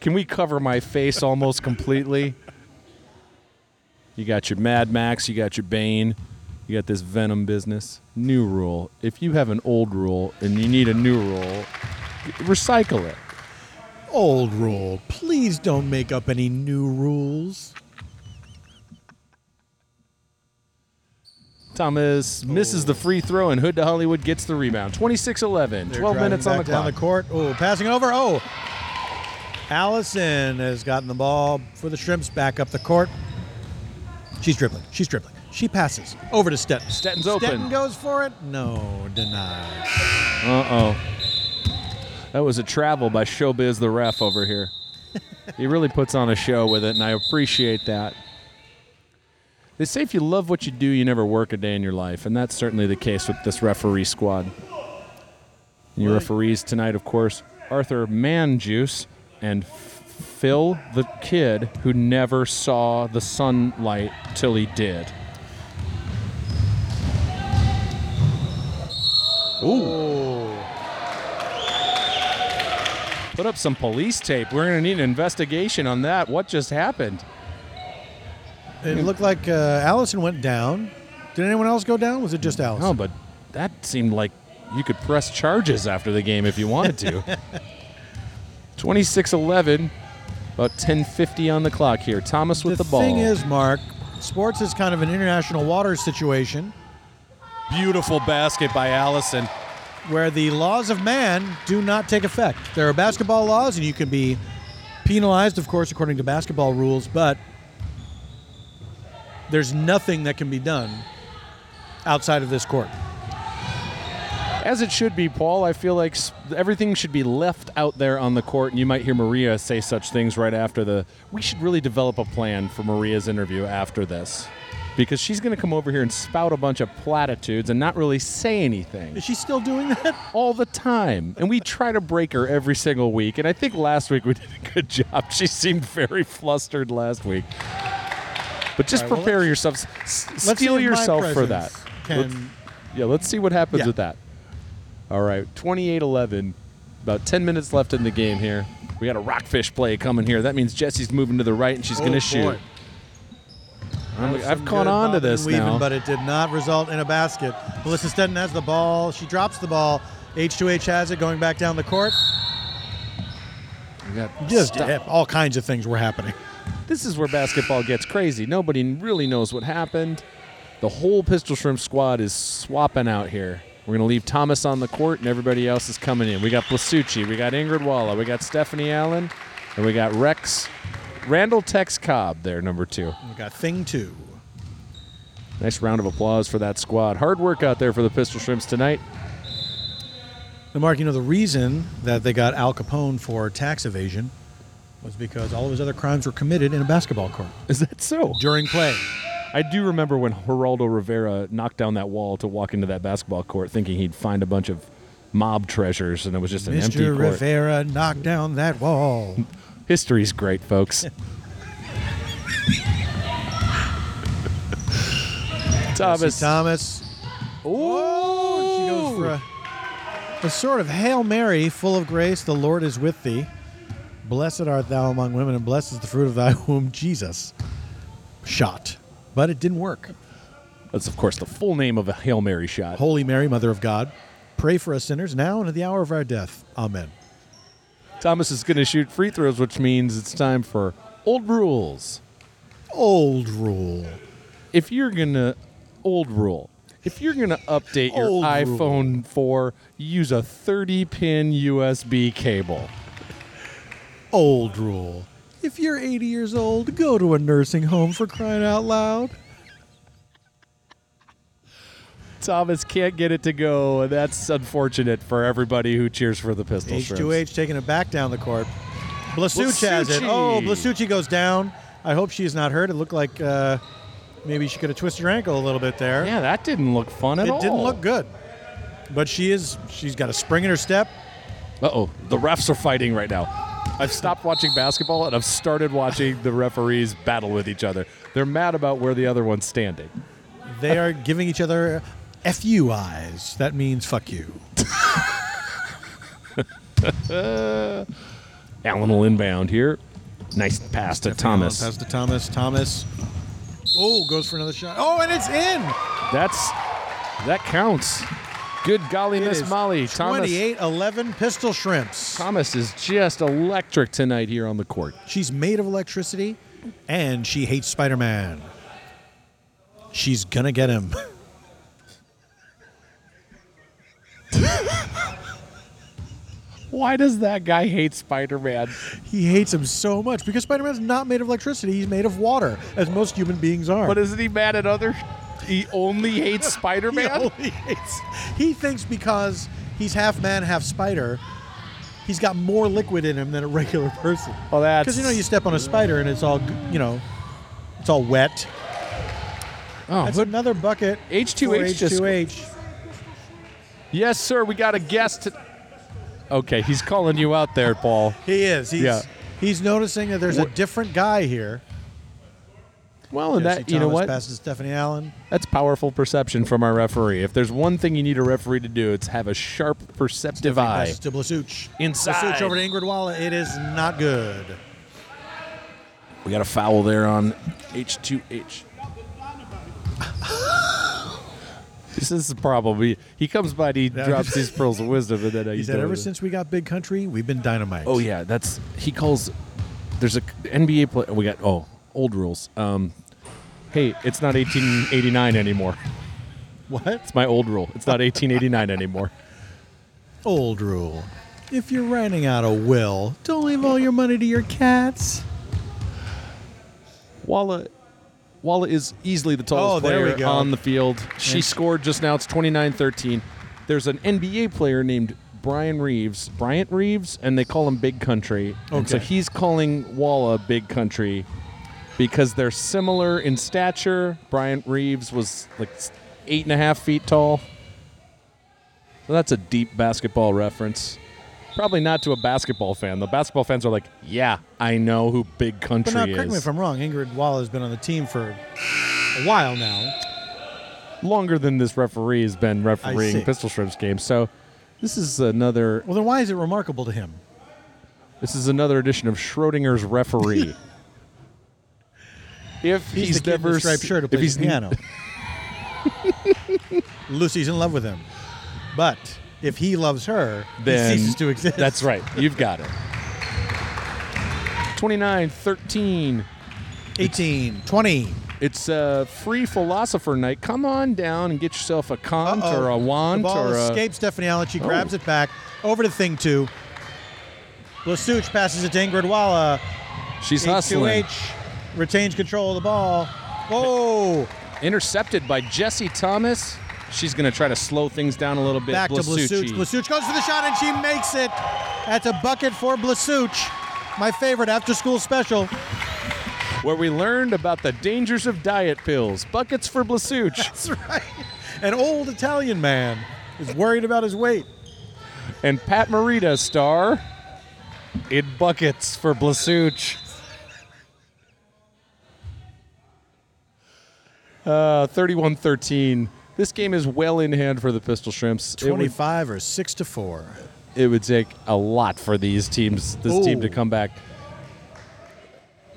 S1: Can we cover my face almost completely? You got your Mad Max, you got your Bane, you got this Venom business. New rule. If you have an old rule and you need a new rule, recycle it.
S2: Old rule. Please don't make up any new rules.
S1: Thomas misses the free throw, and Hood to Hollywood gets the rebound. 26 11, 12 minutes on the
S2: down
S1: clock.
S2: the court. Oh, passing over. Oh, Allison has gotten the ball for the Shrimps. Back up the court. She's dribbling. She's dribbling. She passes over to Stetton.
S1: Stetton's
S2: Stetton
S1: open.
S2: goes for it. No, denied.
S1: Uh oh. That was a travel by Showbiz the ref over here. he really puts on a show with it, and I appreciate that. They say if you love what you do, you never work a day in your life, and that's certainly the case with this referee squad. And your referees tonight, of course, Arthur Manjuice and F- Phil the Kid, who never saw the sunlight till he did. Put up some police tape. We're going to need an investigation on that. What just happened?
S2: It looked like uh, Allison went down. Did anyone else go down? Was it just Allison?
S1: No, but that seemed like you could press charges after the game if you wanted to. 26 11, about 10.50 on the clock here. Thomas with the, ball.
S2: thing is, Mark, sports is kind of an international waters situation
S1: Beautiful basket by Allison.
S2: where the laws of man do not take effect. There are basketball laws, and you can be penalized, of course, according to basketball rules, but there's nothing that can be done outside of this court.
S1: As it should be, Paul. I feel like s- everything should be left out there on the court, and you might hear Maria say such things right after the. We should really develop a plan for Maria's interview after this, because she's going to come over here and spout a bunch of platitudes and not really say anything
S2: Is she still doing that?
S1: all the time. And we try to break her every single week. And I think last week we did a good job. She seemed very flustered last week. But just
S2: All right, well,
S1: prepare
S2: let's-
S1: yourselves. S- steel
S2: see if my
S1: yourself for that.
S2: presence
S1: Let's-
S2: Can,
S1: yeah, let's see what happens
S2: Yeah.
S1: with that. All right, 28 11. About 10 minutes left in the game here. We got a rockfish play coming here. That means Jesse's moving to the right
S2: Oh,
S1: and she's going to shoot. I'm, I've caught on to this
S2: weaving,
S1: now.
S2: But it did not result in a basket. Melissa Stetton has the ball. She drops the ball. H2H has it going back down the court.
S1: We got
S2: Just
S1: stuff.
S2: all kinds of things were happening.
S1: This is where basketball gets crazy. Nobody really knows what happened. The whole Pistol Shrimp squad is swapping out here. We're going to leave Thomas on the court and everybody else is coming in. We got Blasucci, we got Ingrid Walla, we got Stephanie Allen, and we got Rex. Randall Tex Cobb there, number two.
S2: We got thing two.
S1: Nice round of applause for that squad. Hard work out there for the Pistol Shrimps tonight.
S2: Now, Mark, you know the reason that they got Al Capone for tax evasion was because all of his other crimes were committed in a basketball court
S1: Is that so?
S2: during play.
S1: I do remember when Geraldo Rivera knocked down that wall to walk into that basketball court thinking he'd find a bunch of mob treasures, and it was just an empty
S2: Mr.
S1: court.
S2: Rivera knocked down that wall.
S1: History's great, folks. Thomas.
S2: Thomas.
S1: Ooh.
S2: She goes for a, a sort of Hail Mary, full of grace, the Lord is with thee. Blessed art thou among women, and blessed is the fruit of thy womb, Jesus. Shot. But it didn't work.
S1: That's, of course, the full name of a Hail Mary shot.
S2: Holy Mary, Mother of God, pray for us sinners now and at the hour of our death. Amen.
S1: Thomas is going to shoot free throws, which means it's time for old rules.
S2: Old rule.
S1: If you're going to, old rule. If you're going to update your
S2: Old rule.
S1: iPhone 4, use a 30 pin USB cable.
S2: Old rule. If you're 80 years old, go to a nursing home for crying out loud.
S1: Thomas can't get it to go, and that's unfortunate for everybody who cheers for the Pistol Shrimps.
S2: H2H taking it back down the court. Blasucci has it.
S1: Blasucci.
S2: Oh, Blasucci goes down. I hope she's not hurt. It looked like uh, maybe she could have twisted her ankle a little bit there.
S1: Yeah, that didn't look fun at
S2: it
S1: all.
S2: didn't look good. But she is. She's got a spring in her step.
S1: Uh oh, the refs are fighting right now. I've stopped watching basketball and I've started watching the referees battle with each other. They're mad about where the other one's standing.
S2: They are giving each other fu eyes. That means fuck you.
S1: Allen will inbound here. Nice pass to Thomas.
S2: Pass to Thomas. Thomas. Oh, goes for another shot. Oh, and it's in.
S1: That's that counts. Good golly,
S2: It
S1: Miss
S2: is
S1: Molly. Thomas
S2: 28-11 Pistol Shrimps.
S1: Thomas is just electric tonight here on the court.
S2: She's made of electricity, and she hates Spider Man. She's gonna get him.
S1: Why does that guy hate Spider-Man?
S2: He hates him so much because Spider Man's not made of electricity. He's made of water, as most human beings are.
S1: But isn't he mad at other? He only hates
S2: he,
S1: Spider-Man.
S2: only hates, he thinks because he's half man, half spider, he's got more liquid in him than a regular person.
S1: Well, that's
S2: Because you know, you step on a spider and it's all, g- you know, it's all wet.
S1: Oh,
S2: That's
S1: who-
S2: another bucket.
S1: H2H
S2: for
S1: just-
S2: H2H.
S1: Yes, sir. We got a guest. Okay, he's calling you out there, Paul.
S2: He is. He's,
S1: Yeah.
S2: he's noticing that there's a different guy here.
S1: Well, and
S2: Jesse
S1: that you know
S2: Thomas
S1: what?
S2: Passes to Stephanie Allen.
S1: That's powerful perception from our referee. If there's one thing you need a referee to do, it's have a sharp perceptive eye.
S2: Passes to Blasuch.
S1: Inside.
S2: Blasuch over to Ingrid Walla. It is not good.
S1: We got a foul there on H2H. this is the problem. He, he comes by and he drops these pearls of wisdom, and then
S2: He said, "Ever since we got big country, we've been dynamite."
S1: Oh yeah, that's he calls. There's a NBA play. We got oh old rules. Um, hey, it's not 1889 anymore.
S2: What?
S1: It's my old rule. It's not 1889 anymore.
S2: Old rule. If you're writing out a will, don't leave all your money to your cats.
S1: Walla Walla is easily the tallest
S2: Oh, there we
S1: player
S2: go.
S1: on the field. She
S2: And-
S1: scored just now. It's 29-13. There's an NBA player named Brian Reeves, Bryant Reeves, and they call him Big Country. And so
S2: Okay.
S1: he's calling Walla Big Country because they're similar in stature. Bryant Reeves was like s- eight and a half feet tall. So that's a deep basketball reference. Probably not to a basketball fan. The basketball fans are like, "Yeah, I know who Big Country
S2: But now,
S1: is."
S2: correct me if I'm wrong. Ingrid Walla has been on the team for a while now.
S1: longer than this referee has been
S2: I
S1: refereeing
S2: see.
S1: Pistol Shrimps games. So this is another
S2: Well, then why is it remarkable to him?
S1: this is another edition of Schrodinger's referee. if he's,
S2: He's, the kid in
S1: never
S2: the striped
S1: s-
S2: shirt who
S1: if
S2: plays
S1: he's
S2: the piano. Lucy's in love with him, but if he loves her,
S1: then
S2: he ceases to exist.
S1: That's right. You've got it. 29 13.
S2: 18, 20.
S1: It's a free philosopher night. Come on down and get yourself a Kant
S2: Uh-oh.
S1: or a
S2: The
S1: want
S2: ball
S1: or a
S2: escapes Stephanie Allen. She grabs
S1: Oh.
S2: it back over to thing two. Lasuch passes it to Ingrid Walla.
S1: she's hustling.
S2: H2H retains control of the ball. Whoa!
S1: Intercepted by Jesse Thomas. She's going to try to slow things down a little bit.
S2: Back to Blasuch.
S1: Blasucci.
S2: Blasuch goes for the shot and she makes it. That's a bucket for Blasuch. My favorite after school special.
S1: where we learned about the dangers of diet pills, buckets for Blasuch,
S2: That's right. An old Italian man is worried about his weight.
S1: and Pat Morita star in buckets for Blasuch. Uh, 31-13. This game is well in hand for the Pistol Shrimps. It would,
S2: 25 or 6 to 4.
S1: it would take a lot for these teams, this team to
S2: Ooh.
S1: come back.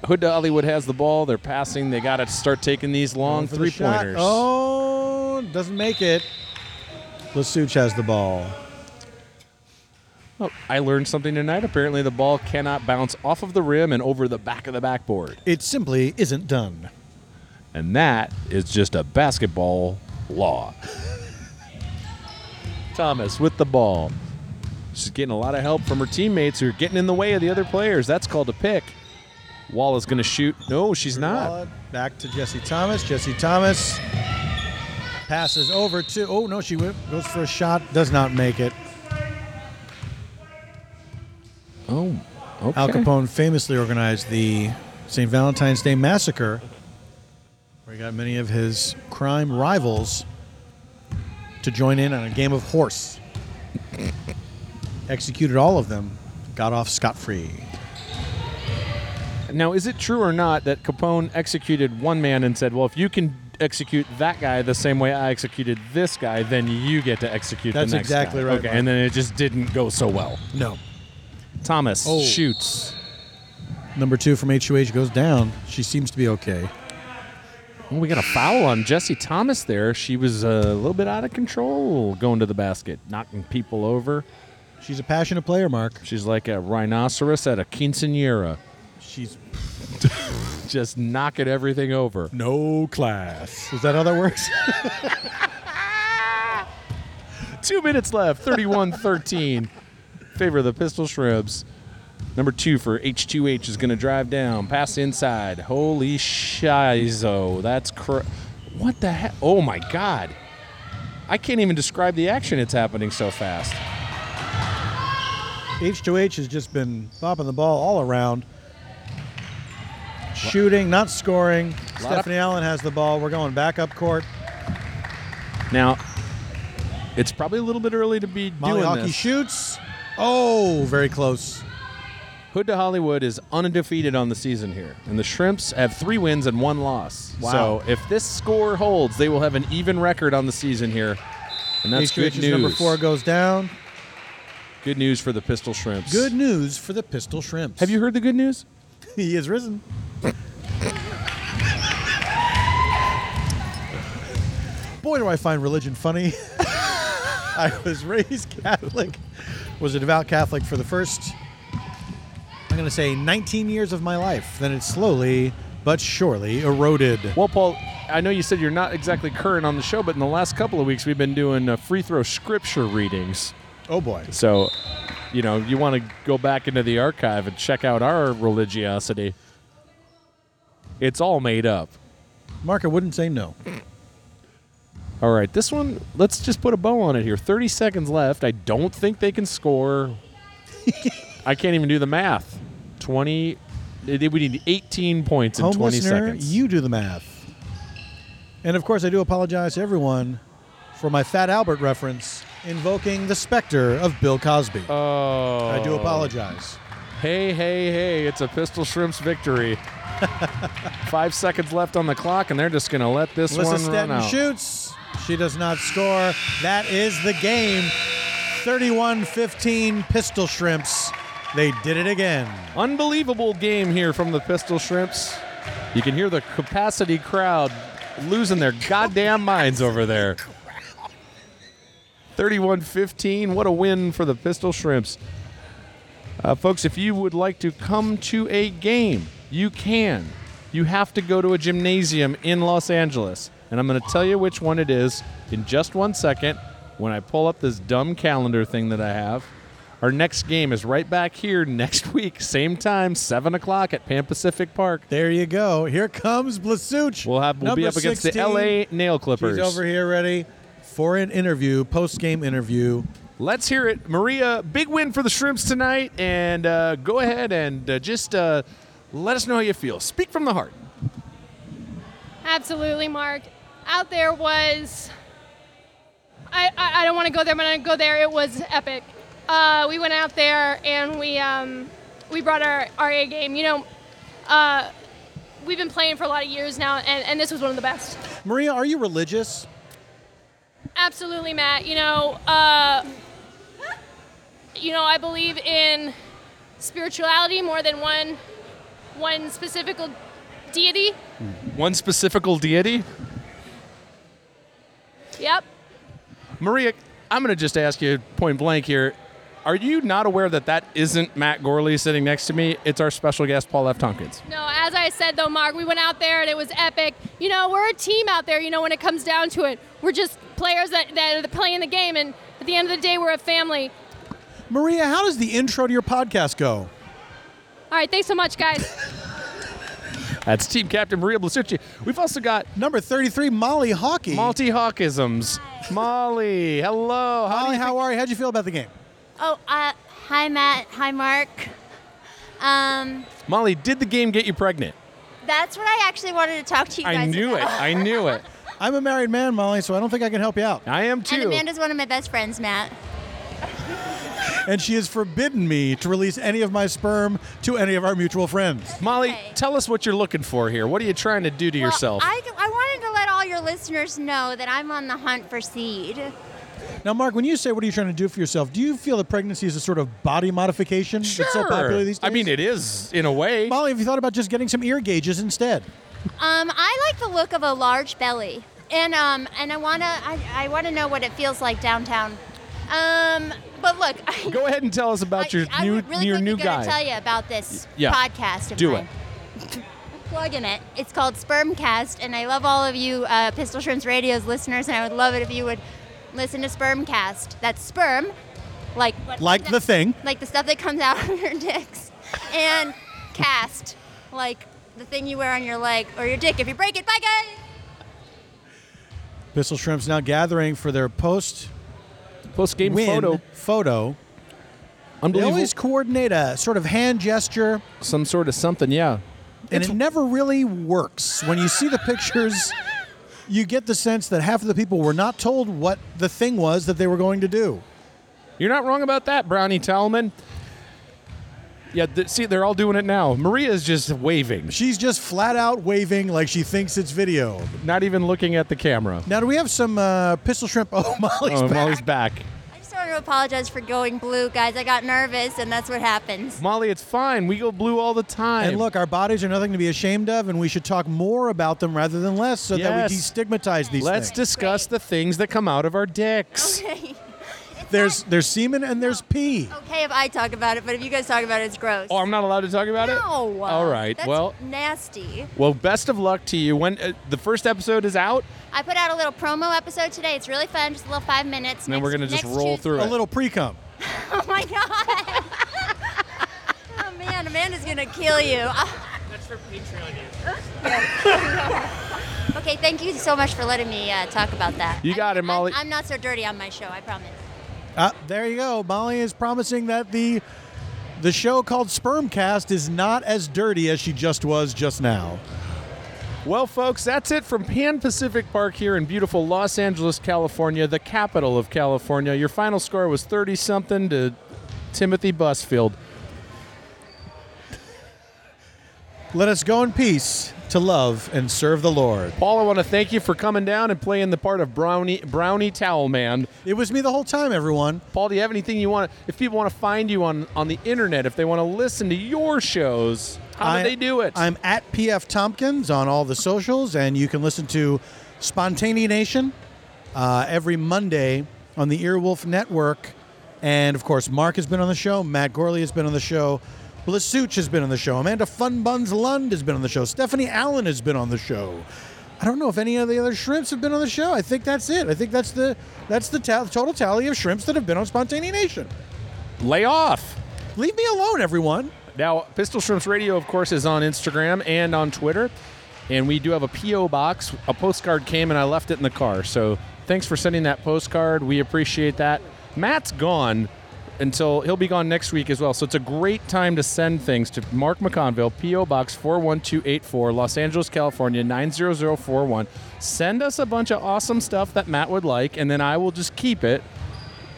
S1: Hood to Hollywood has the ball. They're passing. They got to start taking these long
S2: Going for the shot.
S1: three-pointers.
S2: Oh, doesn't make it. Blasuch has the ball.
S1: Oh, I learned something tonight. Apparently, the ball cannot bounce off of the rim and over the back of the backboard.
S2: It simply isn't done.
S1: And that is just a basketball law. Thomas with the ball. She's getting a lot of help from her teammates who are getting in the way of the other players. That's called a pick. Wallace going to shoot. No, she's not.
S2: Walla Back to Jesse Thomas. Jesse Thomas passes over to. Oh no, she went, goes for a shot. Does not make it.
S1: Oh, okay.
S2: Al Capone famously organized the St. Valentine's Day massacre, where he got many of his crime rivals to join in on a game of horse. Executed all of them. Got off scot free.
S1: Now, is it true or not that Capone executed one man and said, well, if you can execute that guy the same way I executed this guy, then you get to execute
S2: That's
S1: the next
S2: exactly
S1: guy.
S2: right,
S1: Okay,
S2: Mark.
S1: and then it just didn't go so well.
S2: No.
S1: Thomas
S2: Oh.
S1: shoots.
S2: Number two from HUH goes down. She seems to be okay.
S1: Well, we got a foul on Jesse Thomas there. She was a little bit out of control going to the basket, knocking people over.
S2: She's a passionate player, Mark.
S1: She's like a rhinoceros at a quinceanera,
S2: She's
S1: just knocking everything over.
S2: no class. Is that how that works?
S1: Two minutes left, 31 13. Favor of the Pistol Shrimps. Number two for H2H is going to drive down, pass inside. Holy shizo. That's cr- What the heck? Oh my God. I can't even describe the action. It's happening so fast.
S2: H2H has just been bopping the ball all around. Shooting, not scoring.
S1: Lot of-
S2: Stephanie Allen has the ball. We're going back up court.
S1: Now, it's probably a little bit early to be
S2: Molly
S1: doing
S2: Hockey
S1: this.
S2: shoots. Oh, very close.
S1: Hood to Hollywood is undefeated on the season here, and the Shrimps have three wins and one loss.
S2: Wow.
S1: So if this score holds, they will have an even record on the season here, and that's
S2: H2H
S1: good
S2: is
S1: news.
S2: number four goes down.
S1: good news for the Pistol Shrimps.
S2: Good news for the Pistol Shrimps.
S1: Have you heard the good news?
S2: he is risen. Boy, do I find religion funny. I was raised Catholic, was a devout Catholic for the first, I'm going to say, 19 years of my life. Then it slowly but surely eroded.
S1: Well, Paul, I know you said you're not exactly current on the show, but in the last couple of weeks we've been doing uh, free throw scripture readings.
S2: Oh boy.
S1: So, you know, you want to go back into the archive and check out our religiosity. It's all made up.
S2: Mark, I wouldn't say no.
S1: All right, this one, let's just put a bow on it here. 30 seconds left. I don't think they can score. I can't even do the math. 20, they- they- we need 18 points in
S2: Home
S1: 20
S2: listener,
S1: seconds.
S2: you do the math. And of course, I do apologize to everyone for my Fat Albert reference invoking the specter of Bill Cosby.
S1: oh.
S2: I do apologize.
S1: Hey, hey, hey, it's a Pistol Shrimps victory. Five seconds left on the clock, and they're just going to let this
S2: Melissa
S1: one run
S2: Stetton
S1: out.
S2: shoots. She does not score. That is the game. 31 15 Pistol Shrimps. They did it again.
S1: Unbelievable game here from the Pistol Shrimps. You can hear the capacity crowd losing their goddamn minds over there. 31 15. What a win for the Pistol Shrimps. Uh, folks, if you would like to come to a game, you can. You have to go to a gymnasium in Los Angeles. And I'm going to tell you which one it is in just one second when I pull up this dumb calendar thing that I have. Our next game is right back here next week, same time, 7 o'clock at Pan Pacific Park.
S2: There you go. Here comes Blasuch.
S1: We'll, have, we'll be up
S2: Number
S1: against
S2: 16.
S1: the LA Nail Clippers.
S2: She's over here ready for an interview, post game interview.
S1: Let's hear it, Maria. Big win for the Shrimps tonight, and uh, go ahead and uh, just uh, let us know how you feel. Speak from the heart.
S4: Absolutely, Mark. Out there was. I, I, I don't want to go there, but I'm going to go there. It was epic. Uh, we went out there and we um, we brought our, our A game. You know, uh, we've been playing for a lot of years now, and, and this was one of the best.
S2: Maria, are you religious?
S4: Absolutely, Matt. You know, uh, you know, I believe in spirituality more than one one specific deity.
S1: One specifical deity,
S4: Yep.
S1: Maria. I'm going to just ask you point blank here. Are you not aware that that isn't Matt Gorley sitting next to me? It's our special guest, Paul F. Tompkins.
S4: No, as I said though, Mark, we went out there and it was epic. You know, we're a team out there. You know, when it comes down to it, we're just players that, that are playing the game, and at the end of the day, we're a family.
S2: Maria, how does the intro to your podcast go?
S4: All right, thanks so much, guys.
S1: That's Team Captain Maria Blasucci. We've also got
S2: Number 33, Molly Hockey.
S1: Multi Hawkisms. Molly, hello. How do
S2: Molly,
S1: you
S2: how are you? How'd you feel about the game?
S5: Oh, uh, hi Matt. Hi Mark. Um,
S1: think- Molly, did the game get you pregnant?
S5: that's what I actually wanted to talk to you guys
S1: I knew it.
S5: about.
S1: I knew it.
S2: I'm a married man, Molly, so I don't think I can help you out.
S1: I am too.
S5: And Amanda's one of my best friends, Matt.
S2: And she has forbidden me to release any of my sperm to any of our mutual friends.
S1: Molly,
S5: Okay.
S1: tell us what you're looking for here. What are you trying to do to
S5: Well,
S1: yourself?
S5: I, I wanted to let all your listeners know that I'm on the hunt for seed. Um,
S2: Now, Mark, when you say what are you trying to do for yourself, do you feel that pregnancy is a sort of body modification that's so popular these days?
S1: I mean, it is in a way.
S2: Molly, have you thought about just getting some ear gauges instead?
S5: Um, I like the look of a large belly, and um, and I wanna I, I wanna know what it feels like downtown. Um, but look, I,
S1: Go ahead and tell us about your
S5: I,
S1: new
S5: I'm really
S1: your
S5: quickly
S1: new
S5: gonna
S1: guy.
S5: tell you about this
S1: Yeah.
S5: podcast. Of
S1: Do
S5: mine.
S1: it.
S5: plugging it. It's called Spermcast, and I love all of you uh, Pistol Shrimps Radio's listeners, and I would love it if you would listen to Spermcast. That's sperm, like what-
S2: Like the thing.
S5: like the stuff that comes out of your dicks, and cast, like the thing you wear on your leg or your dick. If you break it, bye guys.
S2: Pistol Shrimp's now gathering for their post
S1: Post game
S2: win
S1: photo,
S2: photo. They
S1: unbelievable.
S2: always coordinate a sort of hand gesture,
S1: Some sort of something, yeah.
S2: and it never really works. When you see the pictures, you get the sense that half of the people were not told what the thing was that they were going to do.
S1: You're not wrong about that, Brownie Talman. Yeah, th- see, they're all doing it now. Maria's just waving, She's
S2: She's just flat out waving like she thinks it's video.
S1: not even looking at the camera.
S2: Now, do we have some uh, pistol shrimp? Oh, Molly's
S1: oh,
S2: back.
S1: Molly's back.
S5: I just want to apologize for going blue, guys. I got nervous, and that's what happens.
S1: Molly, it's fine. We go blue all the time.
S2: And look, our bodies are nothing to be ashamed of, and we should talk more about them rather than less so that we
S1: Yes.
S2: destigmatize these
S1: let's
S2: things.
S1: discuss the things that come out of our dicks.
S5: it's
S2: There's there's semen and there's pee.
S5: Okay, if I talk about it, but if you guys talk about it, it's gross.
S1: Oh, I'm not allowed to talk about it.
S5: no.
S1: All right.
S5: That's
S1: well.
S5: nasty.
S1: Well, best of luck to you. When uh, the first episode is out,
S5: I put out a little promo episode today. It's really fun, just a little five minutes.
S1: and then we're
S5: Next-
S1: gonna just
S5: next
S1: roll
S5: Tues-
S1: through
S2: A
S1: it.
S2: little pre cum.
S5: Oh my god. oh man, Amanda's gonna kill you. Ah,
S6: That's for Patreon.
S5: Okay, thank you so much for letting me uh, talk about that.
S1: You got it,
S5: I'm-
S1: Molly.
S5: I'm, I'm not so dirty on my show, I promise.
S2: Uh, there you go. Molly is promising that the the show called Spermcast is not as dirty as she just was just now.
S1: Well, folks, that's it from Pan Pacific Park here in beautiful Los Angeles, California, the capital of California. Your final score was 30 something to Timothy Busfield.
S2: Let us go in peace to love and serve the Lord.
S1: Paul, I want to thank you for coming down and playing the part of Brownie Brownie Towel Man.
S2: It was me the whole time, everyone.
S1: Paul, do you have anything you want? If people want to find you on on the internet, if they want to listen to your shows, how
S2: I-
S1: do they do it?
S2: I'm at PF Tompkins on all the socials, and you can listen to Spontanea Nation uh, every Monday on the Earwolf Network. And of course, Mark has been on the show, Matt Gorley has been on the show, Blasuch has been on the show, Amanda Funbuns Lund has been on the show, Stephanie Allen has been on the show. I don't know if any of the other shrimps have been on the show. I think that's it. I think that's the that's the ta- total tally of shrimps that have been on Spontanea Nation.
S1: Lay off.
S2: Leave me alone, everyone.
S1: Now, Pistol Shrimps Radio, of course, is on Instagram and on Twitter. And we do have a P.O. box. A postcard came and I left it in the car. So thanks for sending that postcard. We appreciate that. Matt's gone until he'll be gone next week as well. So it's a great time to send things to Mark McConville, P.O. Box 41284, Los Angeles, California 90041. Send us a bunch of awesome stuff that Matt would like, and then I will just keep it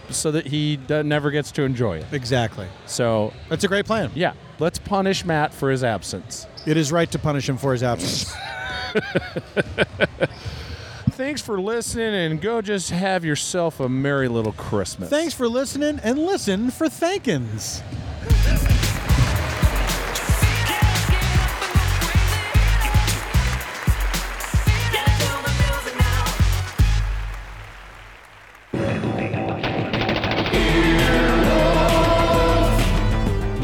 S1: so that he d- never gets to enjoy it.
S2: Exactly.
S1: So
S2: That's a great plan.
S1: yeah, let's punish Matt for his absence.
S2: It is right to punish him for his absence.
S1: Thanks for listening and go just have yourself a merry little Christmas.
S2: Thanks for listening and listen for thankins.